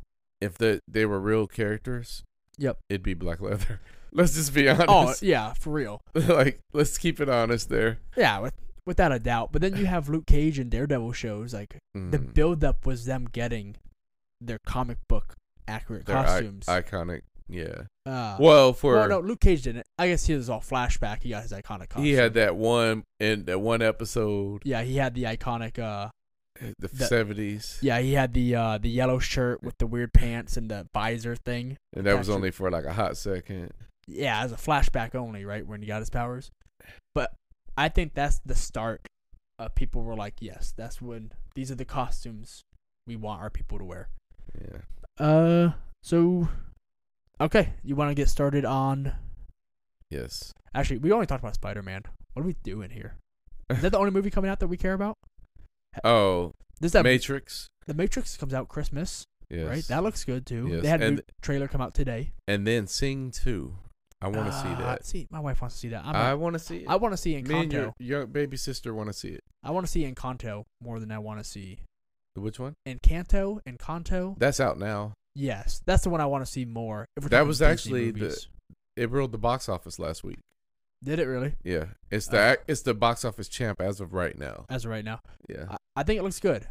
S2: If the they were real characters,
S1: Yep.
S2: it'd be black leather. Let's just be
S1: Oh,
S2: honest.
S1: yeah, for real.
S2: like let's keep it honest there.
S1: Yeah, with, without a doubt. But then you have Luke Cage and Daredevil shows. Like, the
S2: Mhm.
S1: build up was them getting their comic book accurate
S2: They're i-
S1: costumes.
S2: iconic. Yeah.
S1: uh,
S2: well, for
S1: well, no, Luke Cage didn't. I guess he was all flashback. He got his iconic costume.
S2: he had that one in that one episode, eh,
S1: Yeah, he had the iconic. Uh,
S2: the
S1: That-
S2: seventies,
S1: yeah, he had the uh the yellow shirt with the weird pants and the visor thing.
S2: and that was
S1: Patrick-
S2: only for like a hot second.
S1: Yeah, as a flashback only, right when he got his powers. But I think that's the start. Uh, people were like, "Yes, that's when these are the costumes we want our people to wear."
S2: Yeah.
S1: Uh, so okay, you want to get started on?
S2: Yes.
S1: Actually, we only talked about Spider Man. What are we doing here? Is that the only movie coming out that we care about? Uh,
S2: Oh,
S1: There's that
S2: Matrix.
S1: The Matrix comes out Christmas,
S2: Yes.
S1: right? That looks good too.
S2: Yes,
S1: They had a
S2: and-
S1: new trailer come out today.
S2: and then Sing Two. I want to see
S1: Ah,
S2: that.
S1: See, my wife wants to see that. I'm
S2: I
S1: not,
S2: want to see it.
S1: I want to see
S2: Me
S1: Encanto.
S2: and your, your baby sister want to see it.
S1: I want to see Encanto more than I want to see
S2: Which one?
S1: Encanto. Encanto.
S2: That's out now.
S1: Yes, that's the one I want to see more. If we're
S2: That
S1: talking
S2: was
S1: Disney
S2: actually the-
S1: movies.
S2: It ruled the box office last week.
S1: Did it really?
S2: Yeah, it's
S1: Uh.
S2: the ac it's the box office champ as of right now.
S1: As of right now,
S2: Yeah.
S1: I, I think it looks good.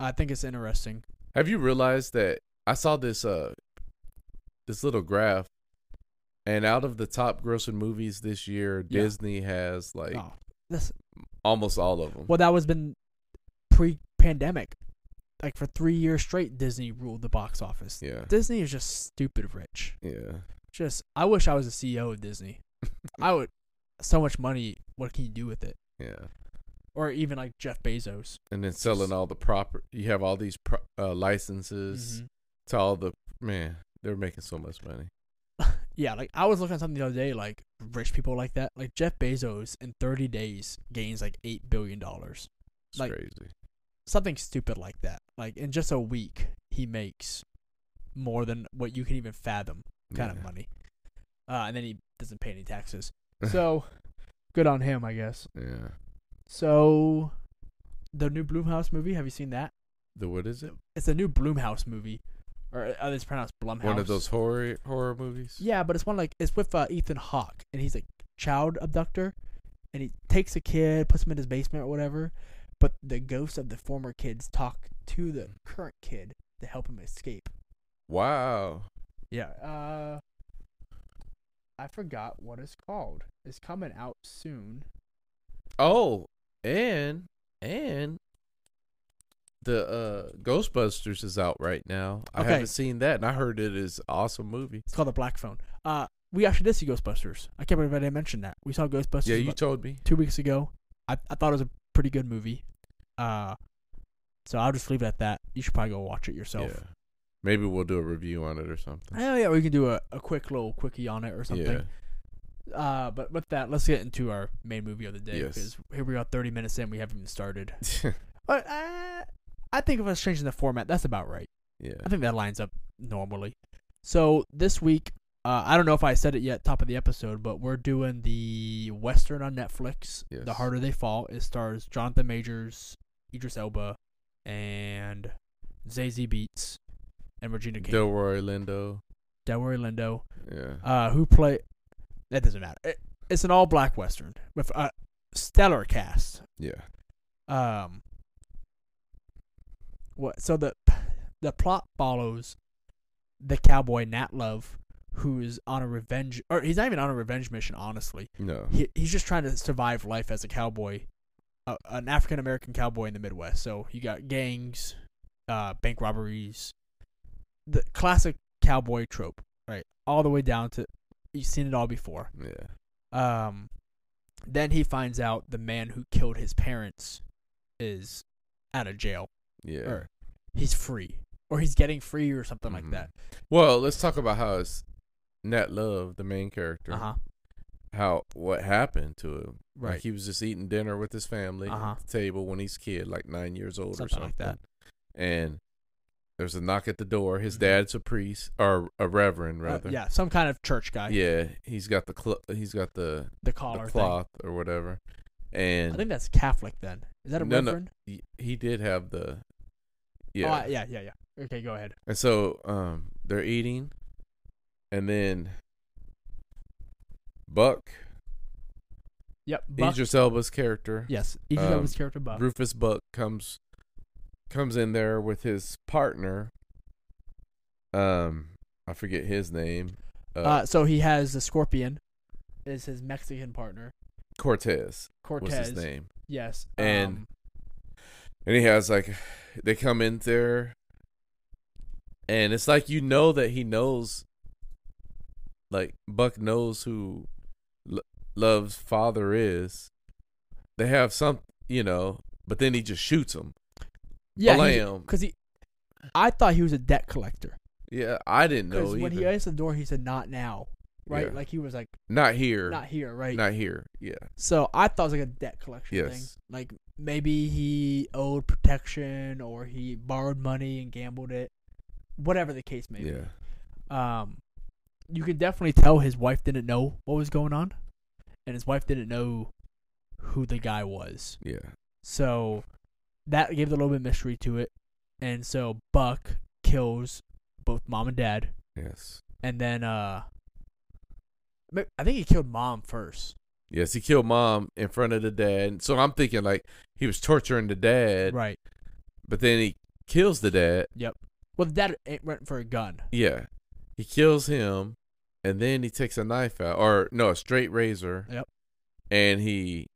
S1: I think it's interesting.
S2: Have you realized that I saw this uh this little graph, and out of the top grossing movies this year,
S1: Yeah.
S2: Disney has like
S1: oh, that's
S2: almost all of them.
S1: well, that was been pre-pandemic, like for three years straight. Disney ruled the box office.
S2: Yeah.
S1: Disney is just stupid rich.
S2: Yeah.
S1: Just I wish I was a CEO of Disney. I would so much money. What can you do with it?
S2: Yeah.
S1: Or even like Jeff Bezos.
S2: And then selling all the proper, you have all these pro- uh, licenses
S1: Mhm.
S2: to all the man. They're making so much money.
S1: Yeah, like I was looking at something the other day, like rich people like that. Like Jeff Bezos in 30 days gains like eight billion dollars.
S2: It's
S1: Like-
S2: crazy.
S1: Something stupid like that. Like in just a week, he makes more than what you can even fathom kind of
S2: Yeah.
S1: money. Uh, and then he doesn't pay any taxes. So good on him, I guess.
S2: yeah.
S1: So the new Bloomhouse movie, have you seen that?
S2: The what is it?
S1: It's a new Bloomhouse movie, or uh, it's pronounced Blumhouse.
S2: One of those horror horror movies.
S1: Yeah, but it's one like it's with uh, Ethan Hawke, and he's a child abductor, and he takes a kid, puts him in his basement or whatever. But the ghosts of the former kids talk to the current kid to help him escape.
S2: Wow.
S1: Yeah. Uh, I forgot what it's called. It's coming out soon.
S2: Oh, and and the uh Ghostbusters is out right now. I
S1: Okay.
S2: haven't seen that, and I heard it is an awesome movie.
S1: It's called the Black Phone. Uh, we actually did see Ghostbusters. I can't believe I didn't mention that. We saw Ghostbusters.
S2: yeah, you
S1: about
S2: told me.
S1: two weeks ago. I I thought it was a pretty good movie. Uh, so I'll just leave it at that. You should probably go watch it yourself.
S2: Yeah. Maybe we'll do a review on it or something.
S1: Oh yeah, we can do a, a quick little quickie on it or
S2: Yeah.
S1: something. Uh, but with that, let's get into our main movie of the day
S2: Yes.
S1: because here we are, thirty minutes in, we haven't even started. But uh, I think of us changing the format, that's about right.
S2: yeah.
S1: I think that lines up normally. So this week, uh, I don't know if I said it yet, top of the episode, but we're doing the western on Netflix.
S2: Yes.
S1: The harder they fall. It stars Jonathan Majors, Idris Elba, and Zazie Beats, and Regina King,
S2: Delroy Lindo.
S1: Delroy Lindo
S2: Yeah.
S1: uh, who play. That doesn't matter. It, it's an all black western with a stellar cast.
S2: yeah.
S1: Um, what? So the the plot follows the cowboy Nat Love, who is on a revenge, or he's not even on a revenge mission. Honestly,
S2: No.
S1: he he's just trying to survive life as a cowboy, a, an African American cowboy in the Midwest. So you got gangs, uh, bank robberies, the classic cowboy trope, right? All the way down to you've seen it all before.
S2: Yeah.
S1: Um, then he finds out the man who killed his parents is out of jail,
S2: Yeah.
S1: or he's free, or he's getting free, or something
S2: Mhm.
S1: like that.
S2: Well, let's talk about how it's Nat Love, the main character,
S1: Uh huh.
S2: how what happened to him. Like,
S1: Right.
S2: he was just eating dinner with his family
S1: Uh-huh.
S2: at the table when he's a kid, like nine years old or
S1: Something
S2: something
S1: like that.
S2: And there's a knock at the door. His
S1: Mhm.
S2: dad's a priest or a reverend,
S1: Uh,
S2: rather.
S1: yeah, some kind of church guy.
S2: Yeah, he's got the cl- he's got the,
S1: The
S2: the
S1: collar thing.
S2: cloth or whatever, and
S1: I think that's Catholic. Then is that a
S2: No, no.
S1: reverend?
S2: he, he did have the
S1: Oh,
S2: yeah.
S1: I- yeah, yeah, yeah. Okay, go ahead.
S2: And so um, they're eating, and then Buck,
S1: Yep. Buck.
S2: Idris Elba's character,
S1: yes, Idris
S2: um,
S1: Elba's character Buck.
S2: Rufus Buck comes comes in there with his partner. Um, I forget his name. Uh,
S1: uh, so he has the Scorpion, is his Mexican partner
S2: Cortez,
S1: Cortez.
S2: was his name,
S1: Yes. um,
S2: And- and he has like they come in there, and it's like you know that he knows. Like Buck knows who L- Love's father is. They have some, you know, but then he just shoots him.
S1: yeah,
S2: Blam.
S1: because he, I thought he was a debt collector
S2: Yeah, I didn't know
S1: because
S2: either.
S1: when he answered the door, he said, "Not now." Right,
S2: Yeah.
S1: like he was like,
S2: not here.
S1: "Not here." Right.
S2: not here. Yeah.
S1: So I thought it was like a debt collection thing.
S2: Yes.
S1: Like maybe he owed protection or he borrowed money and gambled it, whatever the case may be.
S2: Yeah.
S1: um, you could definitely tell his wife didn't know what was going on, and his wife didn't know who the guy was.
S2: Yeah.
S1: So that gave it a little bit of mystery to it. And so Buck kills both mom and dad,
S2: Yes.
S1: and then uh, ma- I think he killed mom first,
S2: Yes, he killed mom in front of the dad. So I'm thinking like he was torturing the dad,
S1: Right.
S2: but then he kills the dad.
S1: Well, that it went for a gun.
S2: Yeah. He kills him and then he takes a knife out or no, a straight razor.
S1: Yep.
S2: And he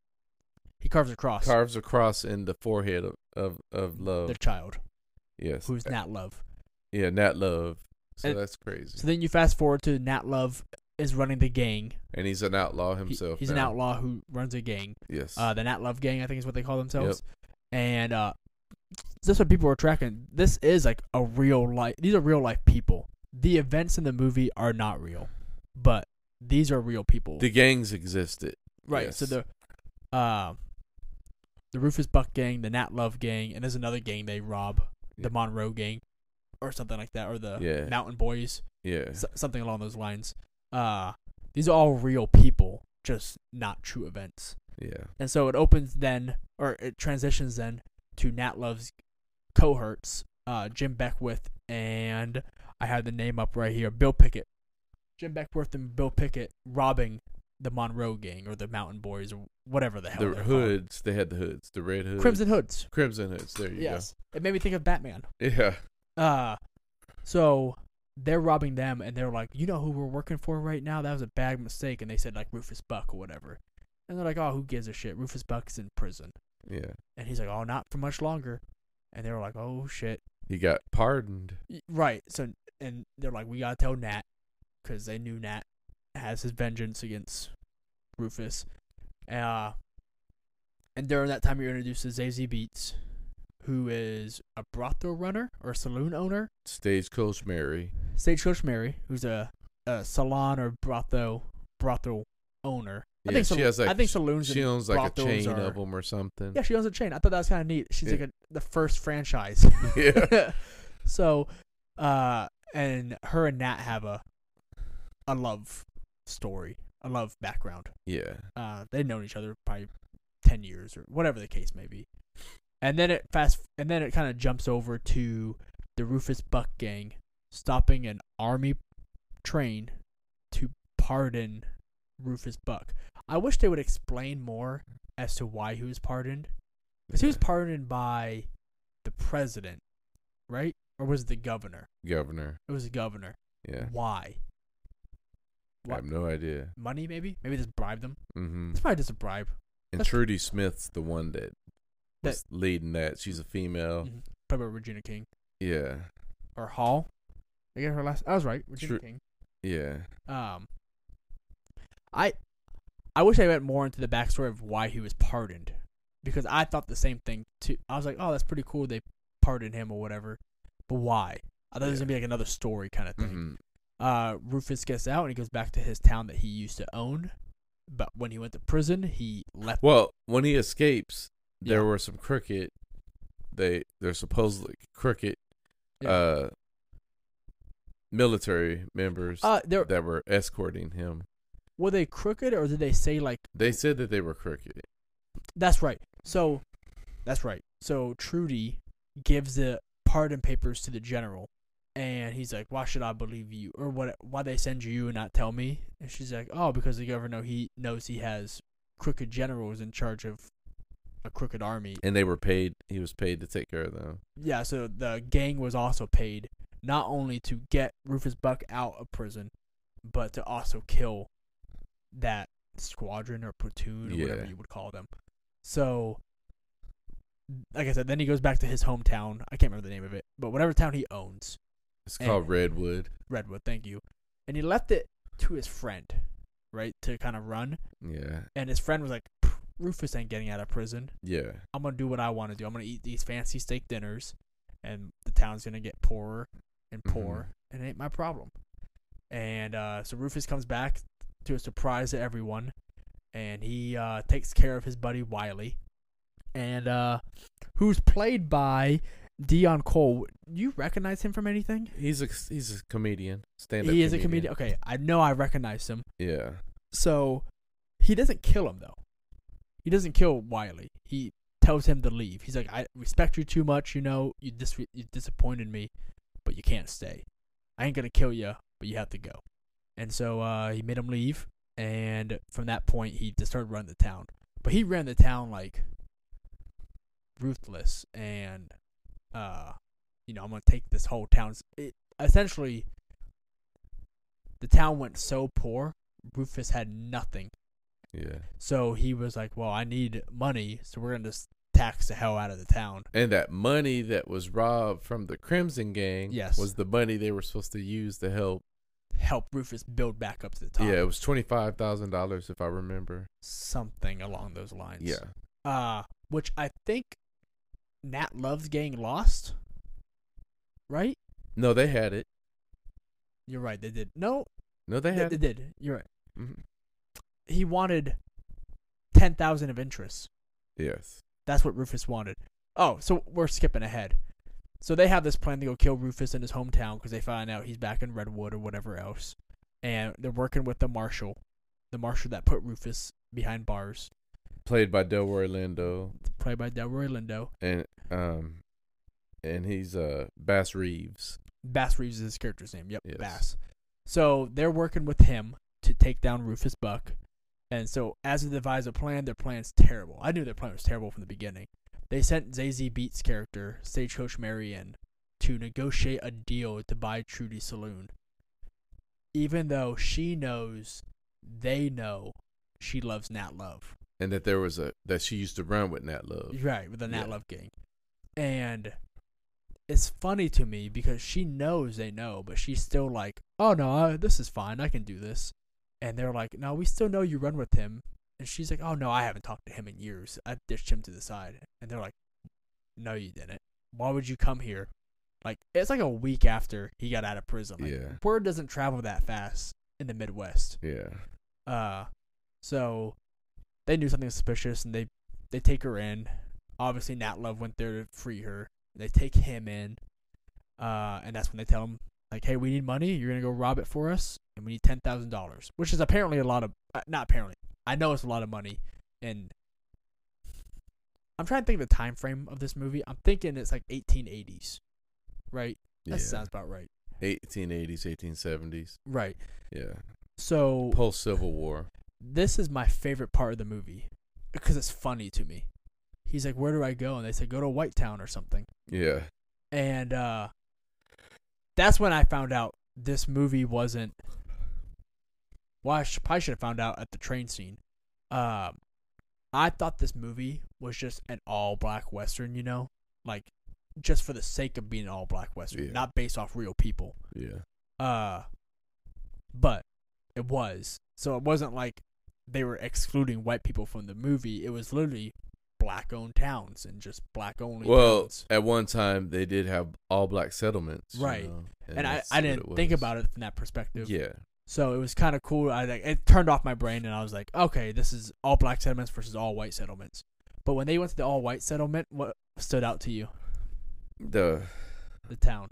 S1: He carves a cross.
S2: carves a cross in the forehead of of, of love.
S1: the child
S2: yes.
S1: who's Nat Love.
S2: Yeah, not love. So
S1: And-
S2: that's crazy.
S1: So then you fast forward to Nat Love is running the gang.
S2: and he's an outlaw
S1: He-
S2: himself.
S1: he's an
S2: now.
S1: outlaw who runs a gang.
S2: Yes.
S1: Uh, the Nat Love gang, I think, is what they call themselves. And uh, that's what people were tracking. This is like a real life. These are real life people. The events in the movie are not real, but these are real people.
S2: the gangs existed.
S1: Right. So
S2: Yes.
S1: the uh, the Rufus Buck gang, the Nat Love gang, and there's another gang they rob,
S2: Yeah.
S1: the Monroe gang, or something like that, or the
S2: Yeah.
S1: Mountain Boys,
S2: Yeah.
S1: s- something along those lines. Uh, these are all real people, just not true events.
S2: Yeah.
S1: And so it opens then, or it transitions then to Nat Love's cohorts, uh, Jim Beckwith and I have the name up right here, Bill Pickett. Jim Beckwith and Bill Pickett robbing the Monroe gang or the Mountain Boys or whatever the hell
S2: The
S1: they're called.
S2: hoods, they had the hoods, the red hoods.
S1: Crimson Hoods.
S2: Crimson hoods. There you
S1: Yes, it made me think of Batman.
S2: go. Yeah.
S1: Uh so they're robbing them and they're like, you know who we're working for right now? That was a bad mistake and they said like Rufus Buck or whatever. And they're like, Oh, who gives a shit? Rufus Buck's in prison.
S2: Yeah.
S1: And he's like, Oh, not for much longer and they were like, Oh shit.
S2: He got pardoned.
S1: Y- Right. So and they're like, We gotta tell Nat because they knew Nat has his vengeance against Rufus. Uh and during that time you're introduced to Zazie Beats, who is a brothel runner or a saloon owner.
S2: Stagecoach Mary.
S1: Stagecoach Mary, who's a, a salon or brothel brothel owner. I
S2: Yeah,
S1: think
S2: she
S1: sal-
S2: has, like,
S1: I think saloons.
S2: She
S1: and,
S2: owns like a
S1: brothels
S2: chain
S1: are-
S2: of them or something.
S1: yeah, she owns a chain. I thought that was kind of neat. She's
S2: Yeah.
S1: like a, the first franchise.
S2: Yeah.
S1: so, uh, and her and Nat have a a love story, a love background.
S2: Yeah.
S1: Uh, they've known each other probably ten years or whatever the case may be. And then it fast, and then it kind of jumps over to the Rufus Buck gang stopping an army train to pardon Rufus Buck. I wish they would explain more as to why he was pardoned, because he was
S2: Yeah.
S1: pardoned by the president, right? Or was it the governor?
S2: governor.
S1: It was the governor.
S2: Yeah.
S1: Why?
S2: I have no idea.
S1: Money, maybe? Maybe just bribed them.
S2: Mm-hmm.
S1: It's probably just a bribe.
S2: And
S1: That's-
S2: Trudy Smith's the one that
S1: That-
S2: was leading that. She's a female.
S1: Mhm. Probably Regina King.
S2: Yeah.
S1: or Hall. I get her last. I was right, Regina
S2: True.
S1: King.
S2: Yeah.
S1: Um, I, I wish I went more into the backstory of why he was pardoned, because I thought the same thing too. I was like, oh, that's pretty cool they pardoned him or whatever, but why? I thought it was
S2: Yeah.
S1: gonna be like another story kind of thing.
S2: hmm
S1: Uh, Rufus gets out and he goes back to his town that he used to own, but when he went to prison, he left.
S2: Well, when he escapes, there
S1: Yeah.
S2: were some crooked. They they're supposedly crooked.
S1: Yeah.
S2: Uh, military members
S1: Uh, there
S2: that were escorting him.
S1: were they crooked or did they say like
S2: They said that they were crooked.
S1: That's right. So, that's right. So Trudy gives the pardon papers to the general, and he's like, "Why should I believe you? Or what? Why they send you and not tell me?" And she's like, "Oh, because the governor he knows he has crooked generals in charge of a crooked army."
S2: and they were paid. He was paid to take care of them.
S1: Yeah. So the gang was also paid not only to get Rufus Buck out of prison, but to also kill that squadron or platoon or whatever
S2: Yeah.
S1: you would call them. So, like I said, then he goes back to his hometown. I can't remember the name of it, but whatever town he owns,
S2: It's
S1: And-
S2: called Redwood.
S1: Redwood. Thank you. And he left it to his friend, right, to kind of run.
S2: Yeah,
S1: And his friend was like, "Pff, "Rufus ain't getting out of prison.
S2: yeah,
S1: I'm gonna do what I want to do. I'm gonna eat these fancy steak dinners, and the town's gonna get poorer and
S2: Mhm.
S1: poorer, and it ain't my problem. And uh, so Rufus comes back to a surprise to everyone, and he uh, takes care of his buddy Wiley, and uh, who's played by Dion Cole. Do you recognize him from anything?
S2: he's a he's a comedian. Stand up.
S1: He is a comedian. Okay, I know I recognize him.
S2: Yeah,
S1: So he doesn't kill him though. He doesn't kill Wiley. He tells him to leave. He's like, "I respect you too much. You know, you dis- you disappointed me, but you can't stay. I ain't gonna kill you, but you have to go." And so uh, he made him leave, and from that point he just started running the town. But he ran the town like ruthless and uh you know, I'm gonna take this whole town. It, essentially, the town went so poor, Rufus had nothing.
S2: Yeah.
S1: So he was like, "Well, I need money, so we're gonna just tax the hell out of the town."
S2: And that money that was robbed from the Crimson Gang
S1: Yes.
S2: was the money they were supposed to use to help.
S1: Help Rufus build back up to the top.
S2: Yeah, it was twenty five thousand dollars if I remember.
S1: something along those lines.
S2: Yeah.
S1: Uh, which I think Nat loves getting lost. Right?
S2: No, they had it.
S1: You're right. They did. No,
S2: No, they
S1: they,
S2: had
S1: they
S2: it.
S1: did. You're right.
S2: Mhm.
S1: He wanted ten thousand of interest.
S2: Yes.
S1: That's what Rufus wanted. Oh, so we're skipping ahead. So they have this plan to go kill Rufus in his hometown because they find out he's back in Redwood or whatever else, and they're working with the marshal, the marshal that put Rufus behind bars,
S2: Played by Delroy Lindo
S1: played by Delroy Lindo.
S2: and um and he's uh Bass Reeves.
S1: Bass Reeves is his character's name. Yep,
S2: Yes.
S1: Bass. So they're working with him to take down Rufus Buck. And so as they devise a plan, their plan's terrible. I knew their plan was terrible from the beginning. They sent Zazie Beats' character, Stagecoach Marion, to negotiate a deal to buy Trudy Saloon. Even though she knows, they know she loves Nat Love.
S2: And that there was a that she used to run with Nat Love.
S1: Right, with the Nat
S2: Yeah.
S1: Love gang. And it's funny to me because she knows they know, but she's still like, oh no, I, this is fine. I can do this. And they're like, no, we still know you run with him. And she's like, oh no, I haven't talked to him in years. I ditched him to the side. And they're like, no, you didn't. Why would you come here? Like, it's like a week after he got out of prison. Like,
S2: Yeah.
S1: Word doesn't travel that fast in the Midwest.
S2: Yeah.
S1: Uh, so they knew something suspicious, and they they take her in. Obviously, Nat Love went there to free her. They take him in, uh, and that's when they tell him like, "Hey, we need money. You're gonna go rob it for us, and we need ten thousand dollars," which is apparently a lot of uh, not apparently. I know it's a lot of money, and I'm trying to think of the time frame of this movie. I'm thinking it's like 1880s, right? That sounds about right.
S2: Eighteen eighties, eighteen seventies.
S1: Right.
S2: Yeah.
S1: So
S2: Post Civil War.
S1: this is my favorite part of the movie because it's funny to me. He's like, "Where do I go?" And they said, "Go to Whitetown or something."
S2: Yeah.
S1: And uh, that's when I found out this movie wasn't. Well, I sh- probably should have found out at the train scene. Um, I thought this movie was just an all black western, you know, like just for the sake of being an all black western,
S2: Yeah.
S1: not based off real people.
S2: Yeah.
S1: Uh, but it was. So it wasn't like they were excluding white people from the movie. It was literally black owned towns and just black only
S2: Well,
S1: towns.
S2: at one time they did have all black settlements, you
S1: Right.
S2: know,
S1: And I,
S2: that's
S1: I
S2: what
S1: didn't think
S2: was.
S1: about it from that perspective.
S2: Yeah,
S1: So it was kind of cool. I like it turned off my brain and I was like, okay, this is all black settlements versus all white settlements. But when they went to the all white settlement, what stood out to you?
S2: the
S1: The town.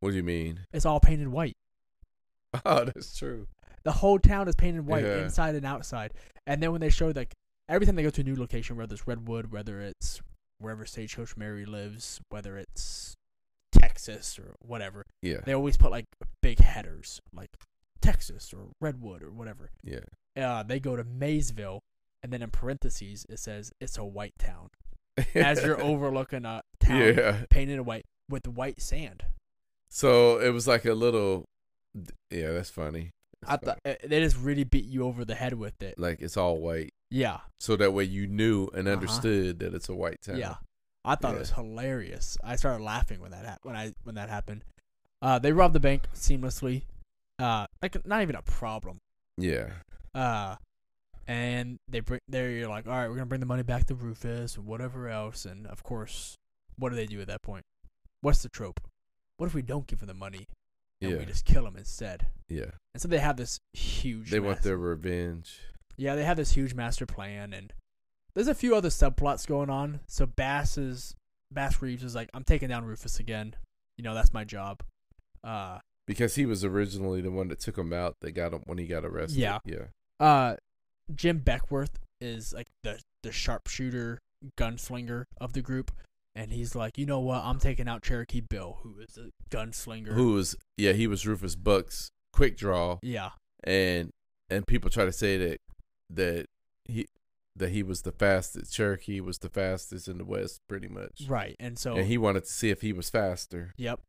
S2: what do you mean?
S1: It's all painted white.
S2: Oh, that's true.
S1: The whole town is painted white
S2: Yeah.
S1: inside and outside. And then when they show like every time they go to a new location, whether it's Redwood, whether it's wherever Stagecoach Mary lives, whether it's Texas or whatever,
S2: Yeah,
S1: they always put like big headers like Texas or Redwood or whatever.
S2: yeah,
S1: Uh, they go to Maysville, and then in parentheses it says it's a white town as you're overlooking a town
S2: Yeah,
S1: painted white with white sand.
S2: so it was like a little. Yeah, that's funny.
S1: I thought uh, they just really beat you over the head with it.
S2: like it's all white,
S1: Yeah.
S2: so that way you knew and
S1: Uh-huh.
S2: understood that it's a white town.
S1: Yeah, I thought
S2: Yeah.
S1: it was hilarious. I started laughing when that hap- when I when that happened. Uh, they robbed the bank seamlessly, uh, like not even a problem.
S2: yeah,
S1: Uh, and they bring there. You're like, all right, we're gonna bring the money back to Rufus and whatever else. And of course, what do they do at that point? What's the trope? What if we don't give him the money and
S2: yeah,
S1: we just kill him instead?
S2: yeah.
S1: And so they have this huge.
S2: They want
S1: mass-
S2: their revenge.
S1: yeah, they have this huge master plan, and there's a few other subplots going on. So Bass is Bass Reeves is like, I'm taking down Rufus again. You know, that's my job. Uh,
S2: Because he was originally the one that took him out. They got him when he got arrested.
S1: Yeah.
S2: yeah,
S1: uh, Jim Beckworth is like the the sharpshooter gunslinger of the group, and he's like, you know what? I'm taking out Cherokee Bill, who is a gunslinger.
S2: who was yeah he was Rufus Buck's quick draw,
S1: Yeah,
S2: and and people try to say that that he that he was the fastest Cherokee was the fastest in the West, pretty much.
S1: Right. And so
S2: And he wanted to see if he was faster.
S1: Yep.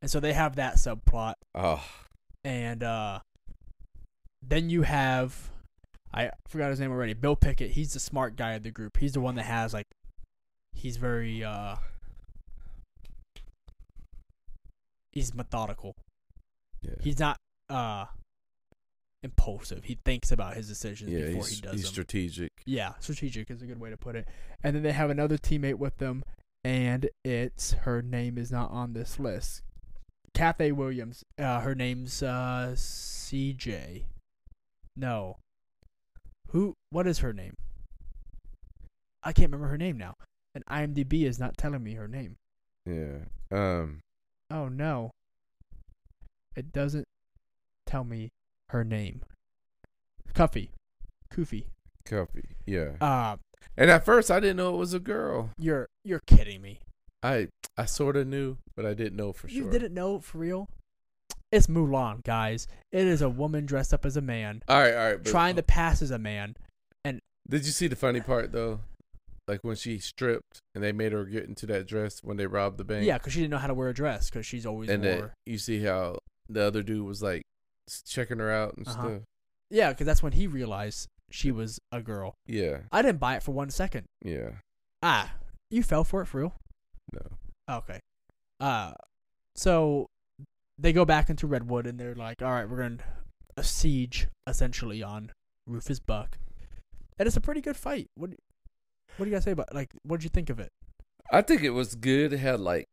S1: And so they have that subplot
S2: Oh,
S1: and uh then you have I forgot his name already. Bill Pickett, he's the smart guy of the group. He's the one that has like he's very uh he's methodical.
S2: yeah.
S1: He's not uh impulsive. He thinks about his decisions
S2: yeah,
S1: before
S2: he's,
S1: he does
S2: he's
S1: them.
S2: strategic.
S1: Yeah, strategic is a good way to put it. And then they have another teammate with them, and it's her name is not on this list. Kathy Williams. Uh, her name's uh, CJ. No. Who? What is her name? I can't remember her name now. And IMDb is not telling me her name.
S2: Yeah. Um.
S1: Oh no. It doesn't tell me her name. Cuffy. Koofy.
S2: Copy. Yeah.
S1: Uh,
S2: and at first, I didn't know it was a girl.
S1: you're you're kidding me.
S2: I I sort of knew, but I didn't know for
S1: you
S2: sure.
S1: didn't know for real? It's Mulan, guys. It is a woman dressed up as a man,
S2: All right, all right. But oh.
S1: trying to pass as a man.
S2: Did you see the funny part though? Like when she stripped and they made her get into that dress when they robbed the bank.
S1: Yeah, because she didn't know how to wear a dress because she's always
S2: And
S1: wore.
S2: that you see how the other dude was like s- checking her out and
S1: Uh-huh.
S2: stuff.
S1: Yeah, because that's when he realized she was a girl.
S2: Yeah.
S1: I didn't buy it for one second.
S2: Yeah.
S1: Ah, you fell for it for real?
S2: No.
S1: Okay. Uh, so they go back into Redwood and they're like, all right, we're going to a siege essentially on Rufus Buck. And it's a pretty good fight. What What do you guys say about like what did you think of it?
S2: I think it was good. It had like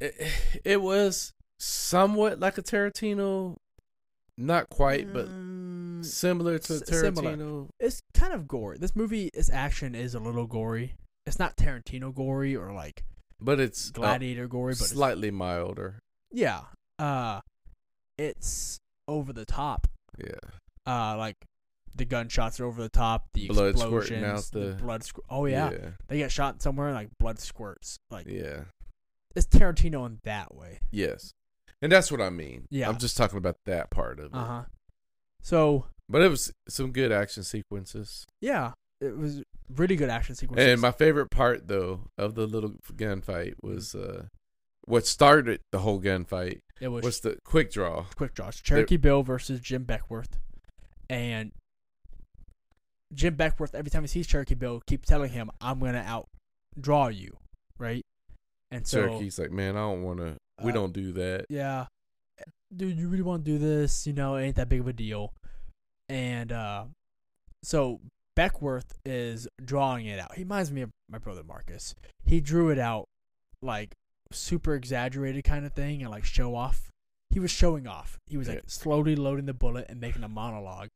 S2: it, it was somewhat like a Tarantino, not quite, but
S1: Mm,
S2: similar to a
S1: S- similar.
S2: Tarantino.
S1: it's kind of gory. This movie, its action is a little gory. It's not Tarantino gory or like
S2: But it's uh,
S1: gladiator gory, but it's-
S2: slightly milder.
S1: yeah, uh, it's over the top.
S2: Yeah.
S1: Uh, like the gunshots are over the top. The
S2: Blood squirting out
S1: explosions, the
S2: the-
S1: blood. Squ- oh yeah.
S2: Yeah.
S1: they get shot somewhere and like blood squirts. Like
S2: yeah.
S1: it's Tarantino in that way.
S2: Yes. And that's what I mean.
S1: Yeah.
S2: I'm just talking about that part of it.
S1: Uh huh. So
S2: But it was some good action sequences.
S1: yeah, it was really good action sequences.
S2: And my favorite part though of the little gunfight
S1: Mm-hmm.
S2: was uh what started the whole gunfight
S1: it was
S2: was the quick draw.
S1: quick draws. Cherokee Bill versus Jim Beckworth, and Jim Beckworth every time he sees Cherokee Bill keeps telling him, "I'm gonna outdraw you," right? And so
S2: Cherokee's like, man, I don't want to. we
S1: Uh,
S2: don't do that.
S1: yeah, dude, you really want to do this? You know, it ain't that big of a deal. And uh, so Beckworth is drawing it out. He reminds me of my brother Marcus. He drew it out like super exaggerated kind of thing and like show off. He was showing off. He was like
S2: Yeah.
S1: slowly loading the bullet and making a monologue.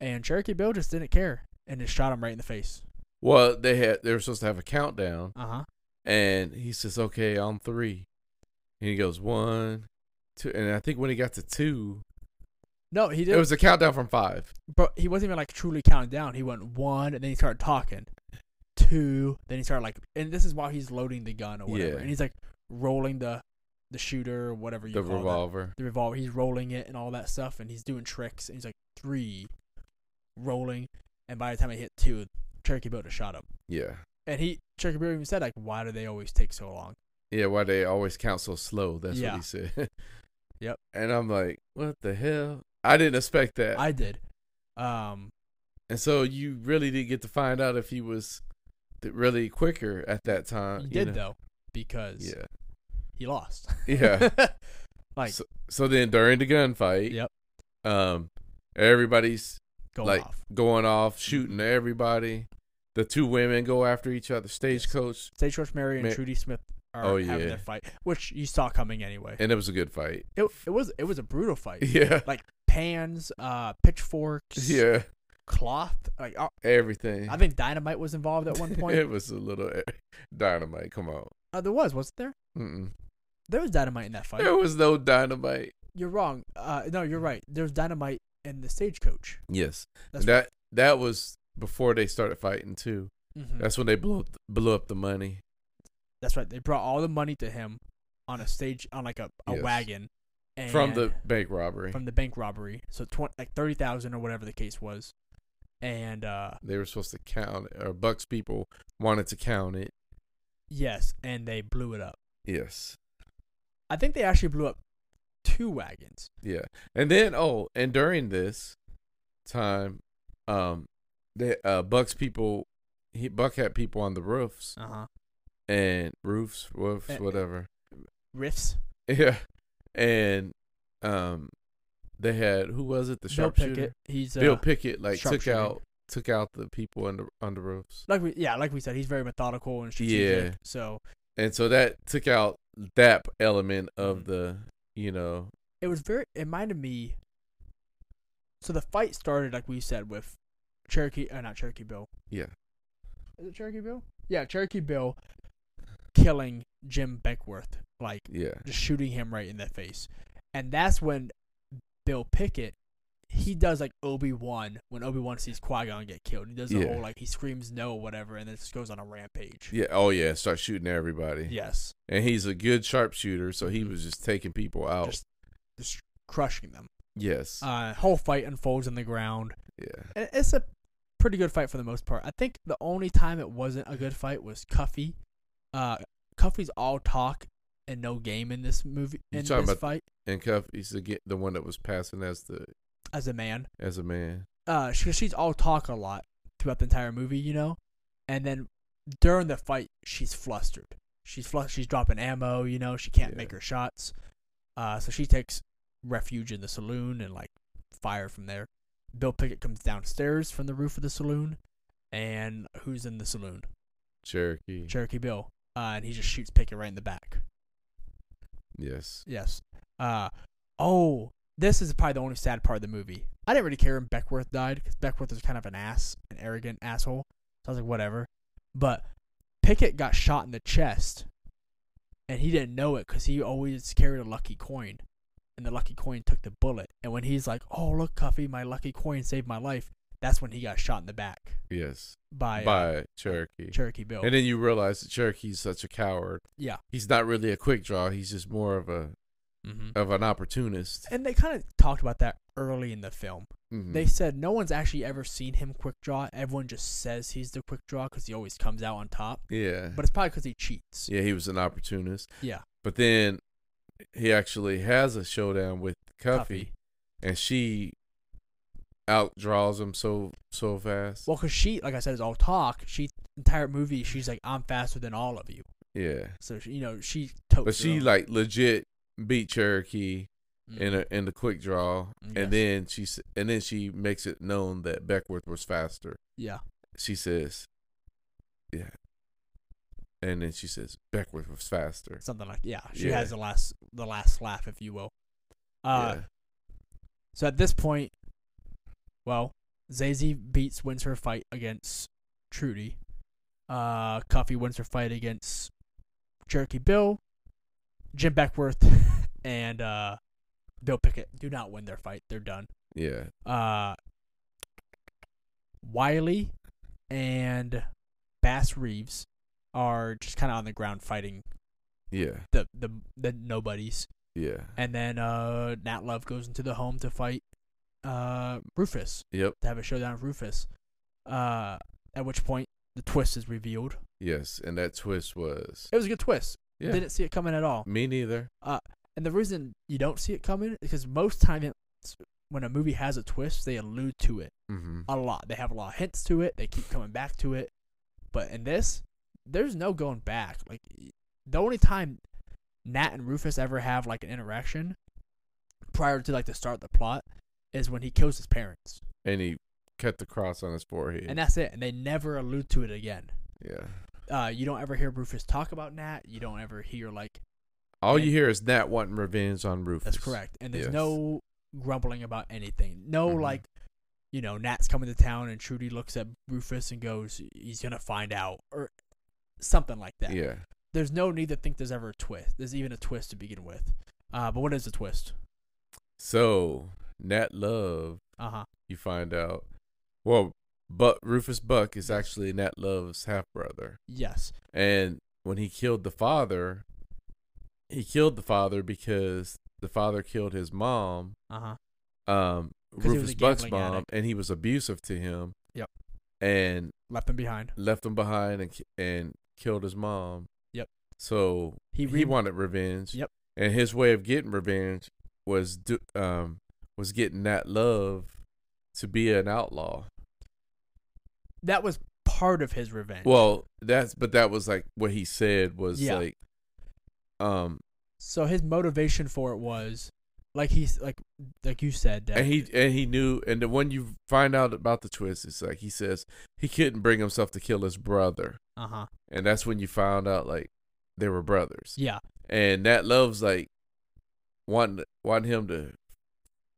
S1: And Cherokee Bill just didn't care and just shot him right in the face.
S2: Well, they had they were supposed to have a countdown,
S1: Uh huh.
S2: and he says, okay, on three, and he goes one, two, and I think when he got to two,
S1: No, he
S2: it
S1: didn't.
S2: was a countdown from five.
S1: but he wasn't even like truly counting down. He went one, and then he started talking. Two, then he started like, and this is while he's loading the gun or whatever,
S2: Yeah.
S1: and he's like rolling the the shooter or whatever you
S2: The
S1: call that.
S2: revolver.
S1: The revolver. He's rolling it and all that stuff, and he's doing tricks. And he's like three, rolling, and by the time I hit two, Cherokee Bill just shot him.
S2: Yeah.
S1: And he Cherokee Bill even said like, "Why do they always take so long?"
S2: Yeah, why they always count so slow. That's
S1: Yeah.
S2: what he said.
S1: Yep.
S2: And I'm like, what the hell? I didn't expect that.
S1: I did. Um,
S2: and so you really did get to find out if he was th- really quicker at that time.
S1: he
S2: Uh, you
S1: did
S2: know?
S1: though because
S2: Yeah.
S1: he lost.
S2: Yeah.
S1: like
S2: so then during the gunfight,
S1: Yep.
S2: um, everybody's
S1: going
S2: like
S1: off.
S2: going off, shooting everybody. The two women go after each other, stagecoach,
S1: Stagecoach Mary and
S2: Ma-
S1: Trudy Smith are
S2: Oh,
S1: having
S2: yeah.
S1: their fight, which you saw coming anyway.
S2: and it was a good fight.
S1: It, it was it was a brutal fight.
S2: Yeah.
S1: Like pans, uh, pitchforks,
S2: Yeah.
S1: cloth. Like uh,
S2: Everything.
S1: I think dynamite was involved at one point.
S2: it was a little eh, dynamite. Come on.
S1: uh, there was, wasn't there?
S2: Mm-mm.
S1: There was dynamite in that fight.
S2: There was no dynamite.
S1: You're wrong. Uh, no, you're right. There's dynamite in the stagecoach.
S2: Yes,
S1: That's
S2: that that was before they started fighting too.
S1: Mhm.
S2: That's when they blew up, blew up the money.
S1: That's right. They brought all the money to him on a stage on like a, a
S2: Yes.
S1: wagon, and
S2: from the bank robbery.
S1: from the bank robbery. So twenty like thirty thousand or whatever the case was, and uh,
S2: they were supposed to count, it, or Buck's people wanted to count it.
S1: yes, and they blew it up.
S2: Yes.
S1: I think they actually blew up two wagons.
S2: Yeah. And then oh, and during this time, um, they uh Buck's people, he Buck had people on the roofs
S1: Uh huh.
S2: and roofs, roofs,
S1: Eh, eh.
S2: whatever.
S1: Riffs.
S2: Yeah. And um, they had who was it? The
S1: Bill
S2: sharpshooter.
S1: Pickett. He's uh,
S2: Bill Pickett like took
S1: sharpshooter.
S2: out took out the people on the on the roofs,
S1: like we yeah, like we said, he's very methodical and strategic.
S2: Yeah.
S1: So
S2: and so that took out that element of
S1: Mhm.
S2: the you know
S1: it was very it reminded me so the fight started like we said with Cherokee uh, not Cherokee Bill.
S2: yeah
S1: Is it Cherokee Bill? Yeah, Cherokee Bill killing Jim Beckworth, like
S2: yeah
S1: just shooting him right in the face. And that's when Bill Pickett he does like Obi Wan when Obi Wan sees Qui Gon get killed. He does the
S2: Yeah.
S1: whole like he screams no whatever and then just goes on a rampage.
S2: yeah oh yeah start shooting everybody
S1: Yes.
S2: and he's a good sharpshooter so he was just taking people out
S1: Mm-hmm. Just- Just crushing them.
S2: yes
S1: Uh whole fight unfolds on the ground.
S2: yeah
S1: And it's a pretty good fight for the most part. I think the only time it wasn't a good fight was Cuffy. Uh, Cuffy's all talk and no game in this movie
S2: You
S1: in this
S2: talking about-
S1: fight
S2: and Cuff he's the get the one that was passing as the
S1: as a man.
S2: as a man
S1: Uh, she, she's all talk a lot throughout the entire movie, you know, and then during the fight she's flustered. She's flu- she's dropping ammo, you know. She can't
S2: Yeah.
S1: make her shots, uh, so she takes refuge in the saloon and like fire from there. Bill Pickett comes downstairs from the roof of the saloon, and who's in the saloon?
S2: Cherokee
S1: Cherokee Bill, uh, and he just shoots Pickett right in the back.
S2: yes
S1: Yes. Uh, oh, this is probably the only sad part of the movie. I didn't really care when Beckworth died because Beckworth is kind of an ass, an arrogant asshole. So I was like, whatever. But Pickett got shot in the chest, and he didn't know it because he always carried a lucky coin, and the lucky coin took the bullet. And when he's like, "Oh look, Cuffy, my lucky coin saved my life," that's when he got shot in the back
S2: yes
S1: by, uh,
S2: by Cherokee
S1: Cherokee Bill.
S2: and then you realize that Cherokee's such a coward
S1: yeah.
S2: he's not really a quick draw he's just more of a
S1: Mm-hmm.
S2: of an opportunist
S1: And they kind of talked about that early in the film.
S2: Mhm.
S1: They said no one's actually ever seen him quick draw. Everyone just says he's the quick draw because he always comes out on top.
S2: yeah
S1: But it's probably because he cheats.
S2: yeah he was an opportunist
S1: Yeah.
S2: but then he actually has a showdown with Cuffy,
S1: Cuffy.
S2: and she outdraws him so so fast
S1: Well, because she, like I said, is all talk. She entire movie, she's like, I'm faster than all of you.
S2: yeah
S1: So she, you know, she totes.
S2: but
S1: her
S2: she
S1: own.
S2: like legit beat Cherokee in a, in the quick draw,
S1: Mm. Yes.
S2: and then she s- and then she makes it known that Beckworth was faster.
S1: yeah,
S2: She says, "Yeah," and then she says Beckworth was faster.
S1: something like yeah. She
S2: Yeah.
S1: has the last the last laugh, if you will. Uh,
S2: yeah.
S1: So at this point, well, Zazie beats wins her fight against Trudy. Uh, Coffee wins her fight against Cherokee Bill, Jim Beckworth, and uh, Bill Pickett. Do not win their fight; they're done.
S2: yeah,
S1: Uh, Wiley and Bass Reeves are just kind of on the ground fighting
S2: yeah,
S1: the the the nobodies.
S2: yeah,
S1: And then uh, Nat Love goes into the home to fight uh, Rufus,
S2: yep,
S1: to have a showdown with Rufus. Uh, at which point, the twist is revealed.
S2: yes. And that twist was
S1: It was a good twist.
S2: yeah.
S1: Didn't see it coming at all.
S2: Me neither.
S1: And the reason you don't see it coming is because most time it, when a movie has a twist, they allude to it
S2: Mm-hmm.
S1: a lot. They have a lot of hints to it. They keep coming back to it. But in this, there's no going back. Like the only time Nat and Rufus ever have like an interaction prior to like the start of the plot is when he kills his parents,
S2: And he cut the cross on his forehead.
S1: and that's it. And they never allude to it again.
S2: yeah.
S1: Uh, you don't ever hear Rufus talk about Nat. You don't ever hear like
S2: All
S1: and-
S2: you hear is Nat wanting revenge on Rufus.
S1: that's correct. And there's
S2: Yes.
S1: no grumbling about anything. No
S2: Mhm.
S1: like. You know, Nat's coming to town, and Trudy looks at Rufus and goes, "He's gonna find out," or something like that.
S2: Yeah.
S1: there's no need to think there's ever a twist. There's even a twist to begin with. Uh, but what is a twist?
S2: So Nat Love,
S1: Uh huh.
S2: you find out. Well, but Rufus Buck is actually Nat Love's half brother,
S1: Yes.
S2: and when he killed the father, he killed the father because the father killed his mom,
S1: Uh huh.
S2: um,
S1: 'Cause he was
S2: Rufus
S1: a
S2: Buck's
S1: gambling
S2: mom,
S1: addict.
S2: and he was abusive to him.
S1: Yep.
S2: And
S1: Left them behind.
S2: left him behind and ki- and killed his mom.
S1: Yep.
S2: So
S1: He
S2: he,
S1: re-
S2: wanted revenge.
S1: Yep.
S2: And his way of getting revenge was do, um was getting that love to be an outlaw.
S1: that was part of his revenge.
S2: Well, that's but that was like what he said was
S1: Yeah.
S2: like um
S1: so his motivation for it was like he's like like you said that
S2: and he and he knew and the when you find out about the twist it's like he says he couldn't bring himself to kill his brother.
S1: uh huh
S2: And that's when you found out like they were brothers.
S1: yeah
S2: and that love's like wanting wanting him to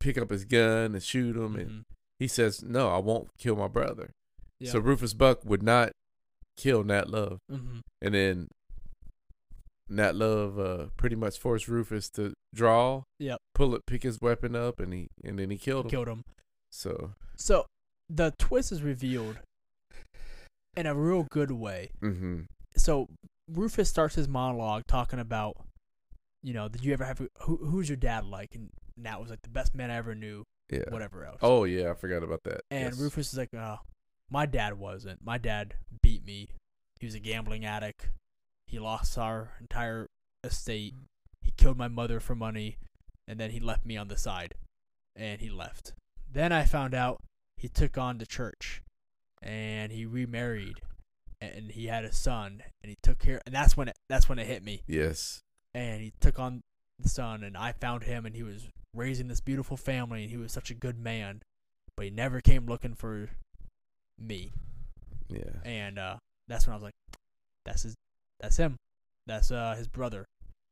S2: pick up his gun and shoot him, and
S1: mhm,
S2: he says, "No, I won't kill my brother."
S1: yeah.
S2: So Rufus Buck would not kill Nat Love,
S1: mhm,
S2: and then Nat Love uh, pretty much forced Rufus to draw,
S1: Yep.
S2: pull it, pick his weapon up, and he and then he killed him.
S1: killed him.
S2: So
S1: So the twist is revealed in a real good way.
S2: mm-hmm.
S1: So Rufus starts his monologue talking about, you know, did you ever have a, who, who's your dad like? And Nat was like the best man I ever knew.
S2: yeah.
S1: Whatever else.
S2: Oh yeah, I forgot about that.
S1: And
S2: Yes.
S1: Rufus is like, oh, my dad wasn't. My dad beat me. He was a gambling addict. He lost our entire estate. He killed my mother for money. And then he left me on the side. And he left. Then I found out he took on the church. And he remarried. And he had a son. And he took care. And that's when it, that's when it hit me
S2: Yes.
S1: and he took on the son and I found him and he was raising this beautiful family and he was such a good man but he never came looking for me
S2: Yeah.
S1: and uh that's when I was like that's his that's him that's uh his brother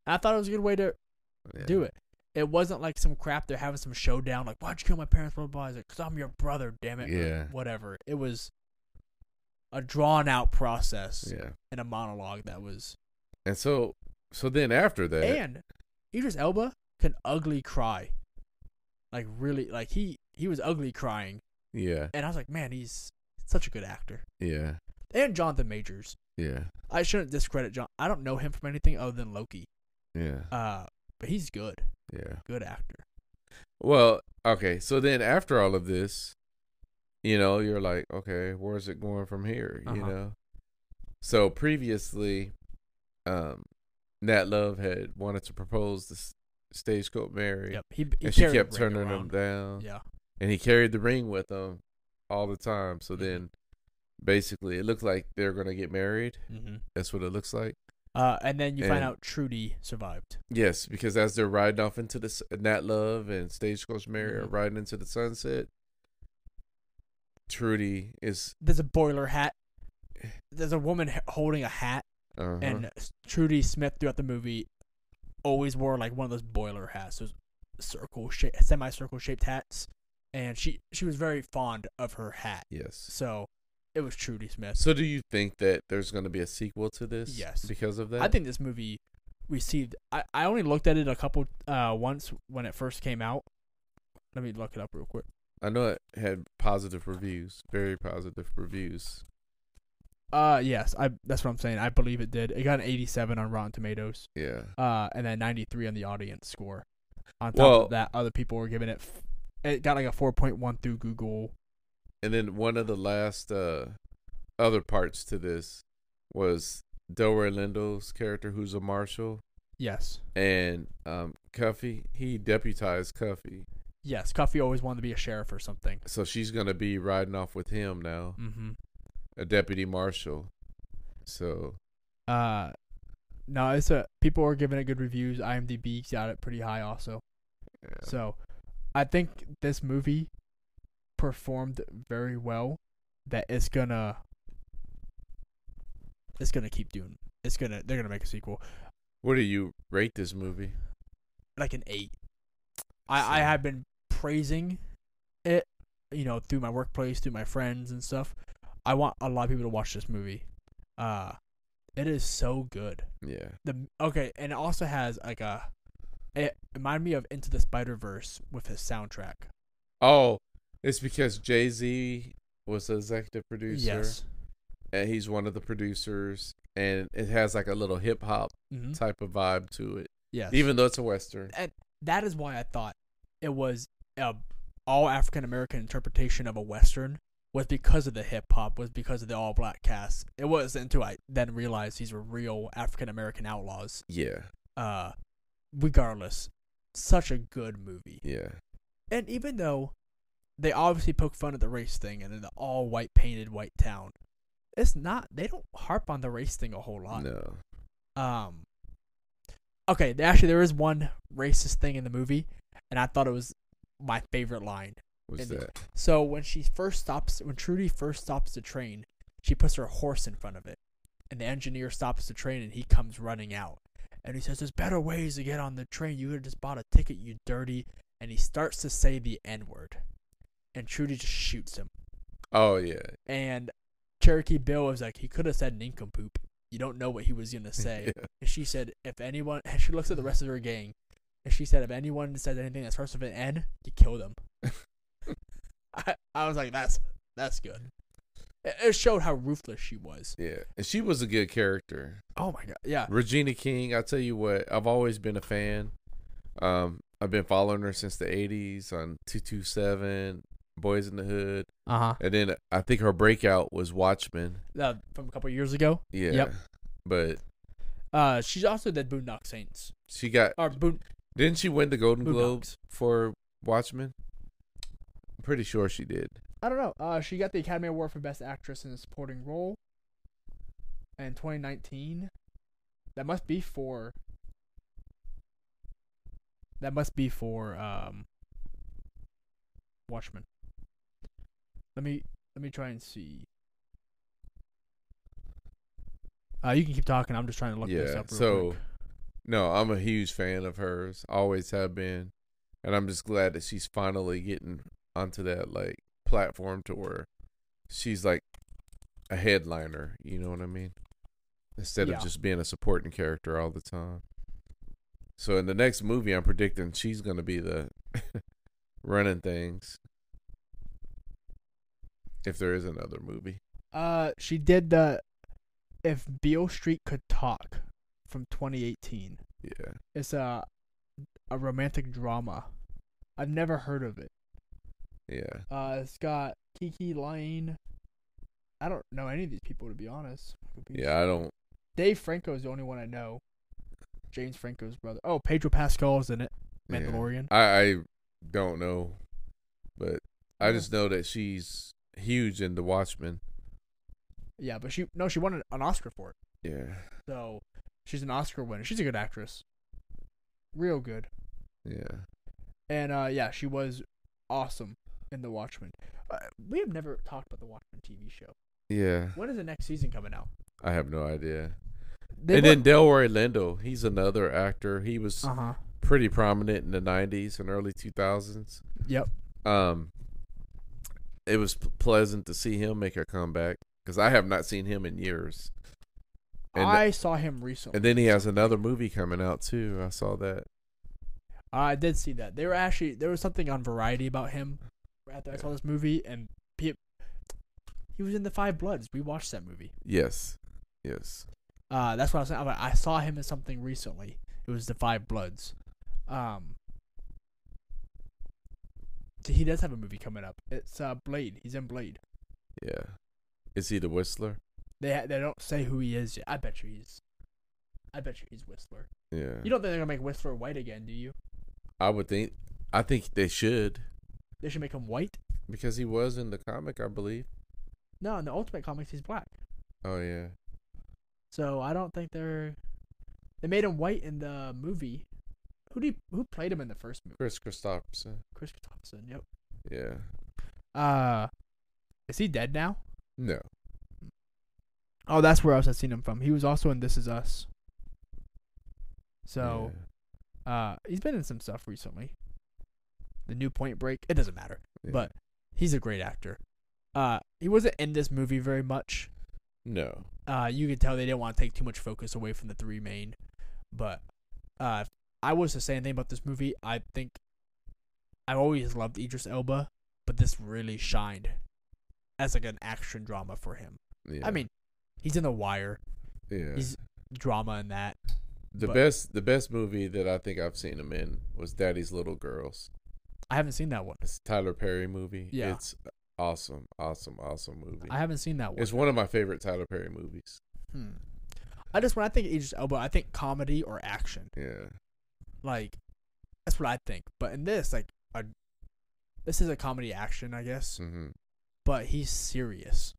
S1: and I thought it was a good way to
S2: yeah.
S1: do it it wasn't like some crap they're having some showdown like why'd you kill my parents blah blah blah He's like cause I'm your brother damn it or
S2: Yeah.
S1: whatever it was a drawn out process
S2: Yeah.
S1: and a monologue that was
S2: And so so then after that,
S1: And Idris Elba can ugly cry. Like really like he he was ugly crying.
S2: yeah,
S1: And I was like, man, he's such a good actor.
S2: yeah,
S1: And Jonathan Majors.
S2: yeah.
S1: I shouldn't discredit John I don't know him from anything other than Loki.
S2: Yeah.
S1: Uh but he's good.
S2: Yeah.
S1: Good actor.
S2: Well, okay. So then after all of this, you know, you're like, okay, where's it going from here? You
S1: Uh-huh.
S2: know? So previously, um, Nat Love had wanted to propose to S- Stagecoach Mary.
S1: Yep. He, he
S2: And she
S1: carried
S2: kept
S1: Ray
S2: turning him
S1: around.
S2: down.
S1: Yeah.
S2: And he carried the ring with him all the time. So
S1: Mhm.
S2: then basically it looked like they're going to get married.
S1: hmm
S2: That's what it looks like.
S1: Uh and then you find
S2: And-
S1: out Trudy survived.
S2: Yes, because as they're riding off into the s- Nat Love and Stagecoach Mary are
S1: Mhm.
S2: riding into the sunset, Trudy is
S1: There's a boiler hat. There's a woman h- holding a hat
S2: uh
S1: and S- Trudy Smith throughout the movie always wore like one of those boiler hats, those circle shape, semicircle shaped hats, and she she was very fond of her hat.
S2: yes.
S1: So it was Trudy Smith.
S2: So do you think that there's going to be a sequel to this?
S1: Yes.
S2: because of that.
S1: I think this movie received. I I only looked at it a couple uh once when it first came out. Let me look it up real quick.
S2: I know it had positive reviews, very positive reviews.
S1: Uh yes, I that's what I'm saying. I believe it did. It got an 87 on Rotten Tomatoes.
S2: Yeah,
S1: uh, and then 93 on the audience score. On top
S2: Well-
S1: of that, other people were giving it. F- it got like a 4.1 through Google.
S2: and then one of the last uh, other parts to this was Delroy Lindo's character, who's a marshal,
S1: Yes,
S2: and um, Cuffy. He deputized Cuffy.
S1: yes. Cuffy always wanted to be a sheriff or something.
S2: So she's gonna be riding off with him now,
S1: Mm-hmm.
S2: a deputy marshal. So
S1: Uh, no, it's a people are giving it good reviews. IMDb got it pretty high also.
S2: yeah.
S1: So, I think this movie performed very well. That it's gonna, it's gonna keep doing. It's gonna they're gonna make a sequel,
S2: what do you rate this movie?
S1: like an eight. I, I
S2: So-
S1: have been praising it, you know, through my workplace, through my friends and stuff. I want a lot of people to watch this movie. Uh it is so good.
S2: Yeah,
S1: The okay, and it also has like a it reminded me of Into the Spider Verse with his soundtrack.
S2: Oh, it's because Jay Z was the executive producer,
S1: Yes.
S2: and he's one of the producers, and it has like a little hip hop
S1: Mm-hmm.
S2: type of vibe to it,
S1: Yes.
S2: even though it's a western.
S1: and that is why I thought it was a all African American interpretation of a Western was because of the hip hop, was because of the all black cast. It was until I then realized these were real African American outlaws.
S2: Yeah.
S1: Uh, regardless, such a good movie.
S2: Yeah.
S1: And even though they obviously poke fun at the race thing and in the all white painted white town, it's not. They don't harp on the race thing a whole lot.
S2: No.
S1: Um. Okay, th- actually, there is one racist thing in the movie, and I thought it was my favorite line.
S2: What's
S1: And-
S2: that?
S1: So when she first stops, when Trudy first stops the train, she puts her horse in front of it, and the engineer stops the train, and he comes running out, and he says, "There's better ways to get on the train. You could have just bought a ticket, you dirty." And he starts to say the N word, and Trudy just shoots him.
S2: Oh yeah.
S1: And Cherokee Bill was like, "He could have said nincompoop. You don't know what he was gonna say."
S2: yeah.
S1: And she said, if anyone, and she looks at the rest of her gang, and she said, if anyone says anything that starts with an N, you kill them. I, I was like, that's that's good. It, it showed how ruthless she was.
S2: Yeah. And she was a good character.
S1: Oh my god, yeah,
S2: Regina King, I tell you what, I've always been a fan. Um, I've been following her since the '80s on Two Two Seven, Boys in the Hood,
S1: uh huh.
S2: and then I think her breakout was Watchmen.
S1: Uh, from a couple years ago.
S2: Yeah,
S1: Yep.
S2: but
S1: Uh, she's also did Boondock Saints
S2: she got
S1: or Boon
S2: didn't she win the Golden Globe
S1: Boondocks.
S2: for Watchmen? I'm pretty sure she did.
S1: I don't know. Uh, she got the Academy Award for Best Actress in a Supporting Role in 2019. That must be for. That must be for um. Watchmen. Let me let me try and see. Uh, you can keep talking. I'm just trying to look this
S2: Yeah,
S1: up. Real
S2: so-
S1: quick.
S2: No, I'm a huge fan of hers. Always have been. And I'm just glad that she's finally getting onto that like platform to where she's like a headliner, you know what I mean? Instead
S1: Yeah.
S2: of just being a supporting character all the time. So in the next movie I'm predicting she's gonna be the running things. If there is another movie.
S1: uh, she did the if Beale Street could talk from 2018.
S2: Yeah.
S1: It's a a romantic drama. I've never heard of it.
S2: Yeah.
S1: Uh, it's got Kiki Lane. I don't know any of these people to be honest.
S2: Yeah, I don't
S1: Dave Franco is the only one I know. James Franco's brother. Oh, Pedro Pascal is in it.
S2: yeah.
S1: Mandalorian.
S2: I, I don't know, but I
S1: Yeah.
S2: just know that she's huge in The Watchmen.
S1: Yeah, but she no, she won an- an Oscar for it.
S2: Yeah,
S1: So she's an Oscar winner. She's a good actress. Real good.
S2: yeah.
S1: And uh, yeah, she was awesome in The Watchmen. Uh, we have never talked about The Watchmen TV show.
S2: Yeah,
S1: When is the next season coming out?
S2: I have no idea.
S1: They
S2: and then Delroy Lindo, he's another actor. He was
S1: uh huh.
S2: pretty prominent in the '90s and early 2000s.
S1: Yep.
S2: Um, it was p- pleasant to see him make a comeback because I have not seen him in years. And,
S1: I saw him recently.
S2: and then he has another movie coming out too. I saw that.
S1: I did see that. They were actually there was something on Variety about him after I saw this movie, and he, he was in the Five Bloods. We watched that movie.
S2: Yes, yes.
S1: Uh, that's what I was saying. I was like, I saw him in something recently. It was the Five Bloods. Um, so he does have a movie coming up. It's uh Blade. He's in Blade.
S2: Yeah. Is he the Whistler?
S1: They ha- they don't say who he is yet. I bet you he's. I bet you he's Whistler.
S2: Yeah.
S1: You don't think they're gonna make Whistler white again, do you?
S2: I would think. I think they should
S1: They should make him white.
S2: because he was in the comic, I believe.
S1: No, in the Ultimate Comics, he's black.
S2: Oh yeah,
S1: So I don't think they're. They made him white in the movie. Who do you, who played him in the first movie?
S2: Chris Christopherson.
S1: Chris Thompson. Yep.
S2: Yeah.
S1: Uh, is he dead now?
S2: No.
S1: Oh, that's where else I've seen him from. He was also in This Is Us. So, uh, he's been in some stuff recently. The new Point Break. It doesn't matter.
S2: Yeah, yeah.
S1: But he's a great actor. Uh, he wasn't in this movie very much.
S2: no.
S1: uh, you could tell they didn't want to take too much focus away from the three main. But uh, if I was to say anything about this movie. I think I've always loved Idris Elba, but this really shined as like an action drama for him.
S2: Yeah.
S1: I mean, he's in The Wire,
S2: Yeah.
S1: he's- drama in that.
S2: The
S1: But-
S2: best the best movie that I think I've seen him in was Daddy's Little Girls.
S1: I haven't seen that one.
S2: It's a Tyler Perry movie.
S1: Yeah.
S2: It's awesome, awesome, awesome movie.
S1: I haven't seen that one.
S2: It's one of my favorite Tyler Perry movies.
S1: Hmm. I just when I think Idris Elba, I think comedy or action.
S2: Yeah.
S1: Like that's what I think. But in this, like, a, this is a comedy action, I guess.
S2: hmm
S1: But he's serious.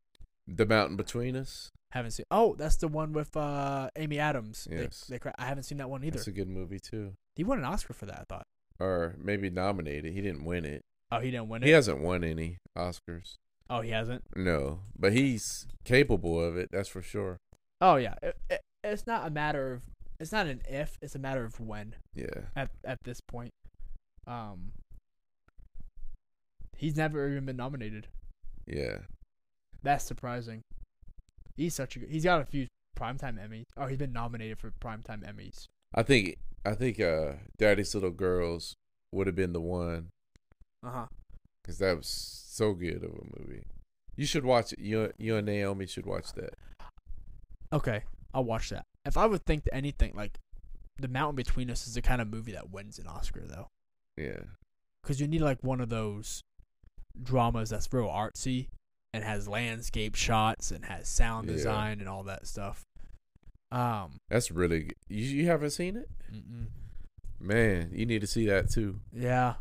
S2: The Mountain Between Us.
S1: Haven't seen. Oh, that's the one with uh, Amy Adams. They-
S2: Yes.
S1: They, cra- I haven't seen that one either.
S2: That's a good movie too.
S1: he won an Oscar for that, I thought.
S2: Or maybe nominated. He didn't win it.
S1: Oh, he didn't win it.
S2: He hasn't won any Oscars.
S1: oh, he hasn't.
S2: No, but he's capable of it. That's for sure.
S1: Oh yeah. It, it, it's not a matter of. It's not an if. It's a matter of when.
S2: Yeah.
S1: At at this point, um. He's never even been nominated.
S2: Yeah.
S1: That's surprising. He's such a good. He's got a few primetime Emmys. Oh, he's been nominated for primetime Emmys.
S2: I think I think uh Daddy's Little Girls would have been the one
S1: Uh
S2: Uh-huh.
S1: huh.
S2: because that was so good of a movie. You should watch it. You you and Naomi should watch that.
S1: Okay, I'll watch that. If I would think anything like, The Mountain Between Us is the kind of movie that wins an Oscar though,
S2: Yeah.
S1: because you need like one of those dramas that's real artsy and has landscape shots and has sound
S2: Yeah.
S1: design and all that stuff. Um.
S2: That's really good. You, you haven't seen it?
S1: Mm-mm.
S2: Man, you need to see that too.
S1: Yeah,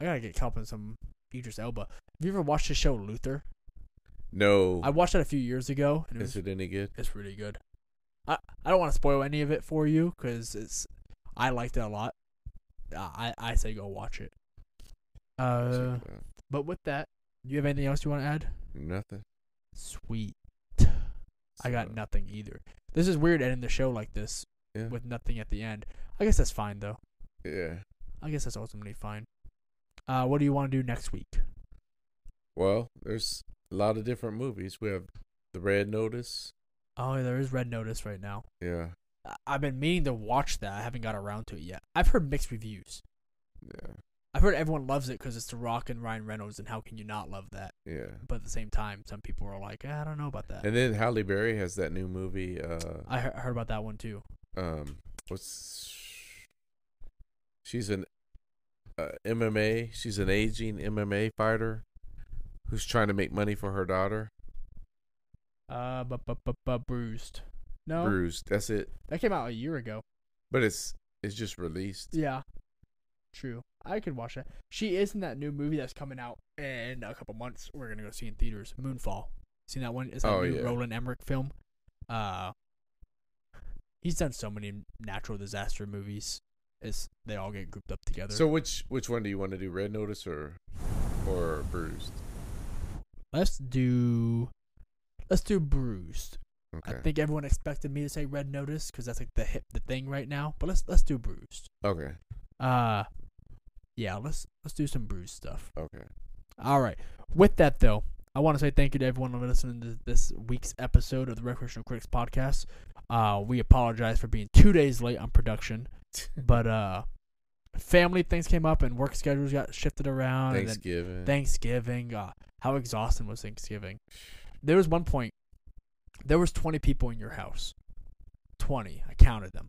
S1: I gotta get helping some Idris Elba. Have you ever watched the show Luther?
S2: No.
S1: I watched that a few years ago, and it was
S2: Is it any good?
S1: It's really good. I I don't want to spoil any of it for you because it's I liked it a lot. Uh, I I I say go watch it. Uh,
S2: Check it out.
S1: but with that, do you have anything else you want to add?
S2: Nothing.
S1: Sweet, I got
S2: So,
S1: nothing either. This is weird ending the show like this
S2: Yeah.
S1: with nothing at the end. I guess that's fine though.
S2: Yeah.
S1: I guess that's ultimately fine. Uh, what do you want to do next week?
S2: Well, there's a lot of different movies. We have The Red Notice.
S1: Oh, there is Red Notice right now.
S2: Yeah.
S1: I- I've been meaning to watch that. I haven't got around to it yet. I've heard mixed reviews.
S2: Yeah.
S1: I've heard everyone loves it because it's The Rock and Ryan Reynolds, and how can you not love that?
S2: Yeah.
S1: But at the same time, some people are like, "Eh, I don't know about that.
S2: And then Halle Berry has that new movie. Uh,
S1: I he- heard about that one too.
S2: um, what's she's an uh, MMA. She's an aging MMA fighter who's trying to make money for her daughter.
S1: Uh, but but but but bruised. No,
S2: Bruised. That's it.
S1: that came out a year ago.
S2: But it's it's just released.
S1: Yeah, true. I could watch that. She is in that new movie that's coming out in a couple months. We're gonna go see in theaters. Moonfall. Seen that one? It's that
S2: Oh,
S1: new
S2: yeah.
S1: Roland Emmerich film. Uh, he's done so many natural disaster movies. It's they all get grouped up together.
S2: So which which one do you want to do? Red Notice or or Bruised?
S1: Let's do let's do bruised.
S2: Okay.
S1: I think everyone expected me to say red notice because that's like the hip the thing right now. But let's let's do bruised.
S2: Okay.
S1: Uh yeah, let's let's do some bruised stuff.
S2: Okay.
S1: All right. With that though, I want to say thank you to everyone for listening to this week's episode of the Recreational Critics Podcast. Uh we apologize for being two days late on production. But uh family things came up and work schedules got shifted around and then
S2: Thanksgiving.
S1: Thanksgiving. Uh, how exhausting was Thanksgiving? There was one point. There was twenty people in your house. Twenty, I counted them.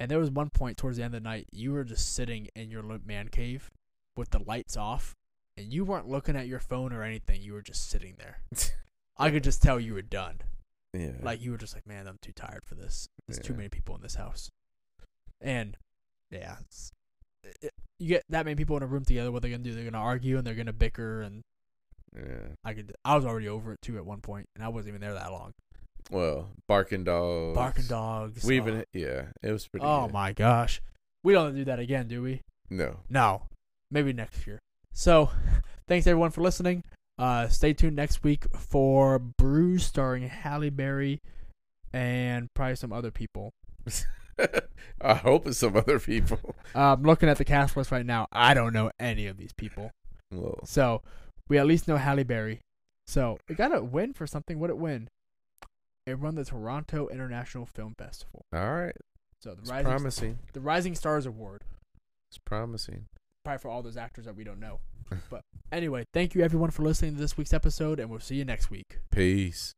S1: And there was one point towards the end of the night, you were just sitting in your little man cave with the lights off, and you weren't looking at your phone or anything. You were just sitting there. I could just tell you were done.
S2: yeah.
S1: Like you were just like, man, I'm too tired for this. There's too
S2: Yeah.
S1: many people in this house. And yeah, it's, it- it- you get that many people in a room together. What they're gonna do? They're gonna argue and they're gonna bicker. And
S2: Yeah.
S1: I could, I was already over it too at one point, and I wasn't even there that long.
S2: Well, barking dogs.
S1: Barking dogs.
S2: We
S1: uh,
S2: even yeah. It was pretty.
S1: oh
S2: good.
S1: my gosh, we don't do that again, do we?
S2: No.
S1: No, maybe next year. So, thanks everyone for listening. Uh, stay tuned next week for Bruise starring Halle Berry and probably some other people.
S2: I hope it's some other people.
S1: Uh, I'm looking at the cast list right now. I don't know any of these people.
S2: Well,
S1: So we at least know Halle Berry. So it got a win for something. What it win? It won the Toronto International Film Festival.
S2: all right.
S1: So the
S2: It's
S1: rising
S2: promising.
S1: the Rising Stars Award,
S2: It's promising.
S1: probably for all those actors that we don't know. But anyway, thank you everyone for listening to this week's episode, and we'll see you next week.
S2: Peace.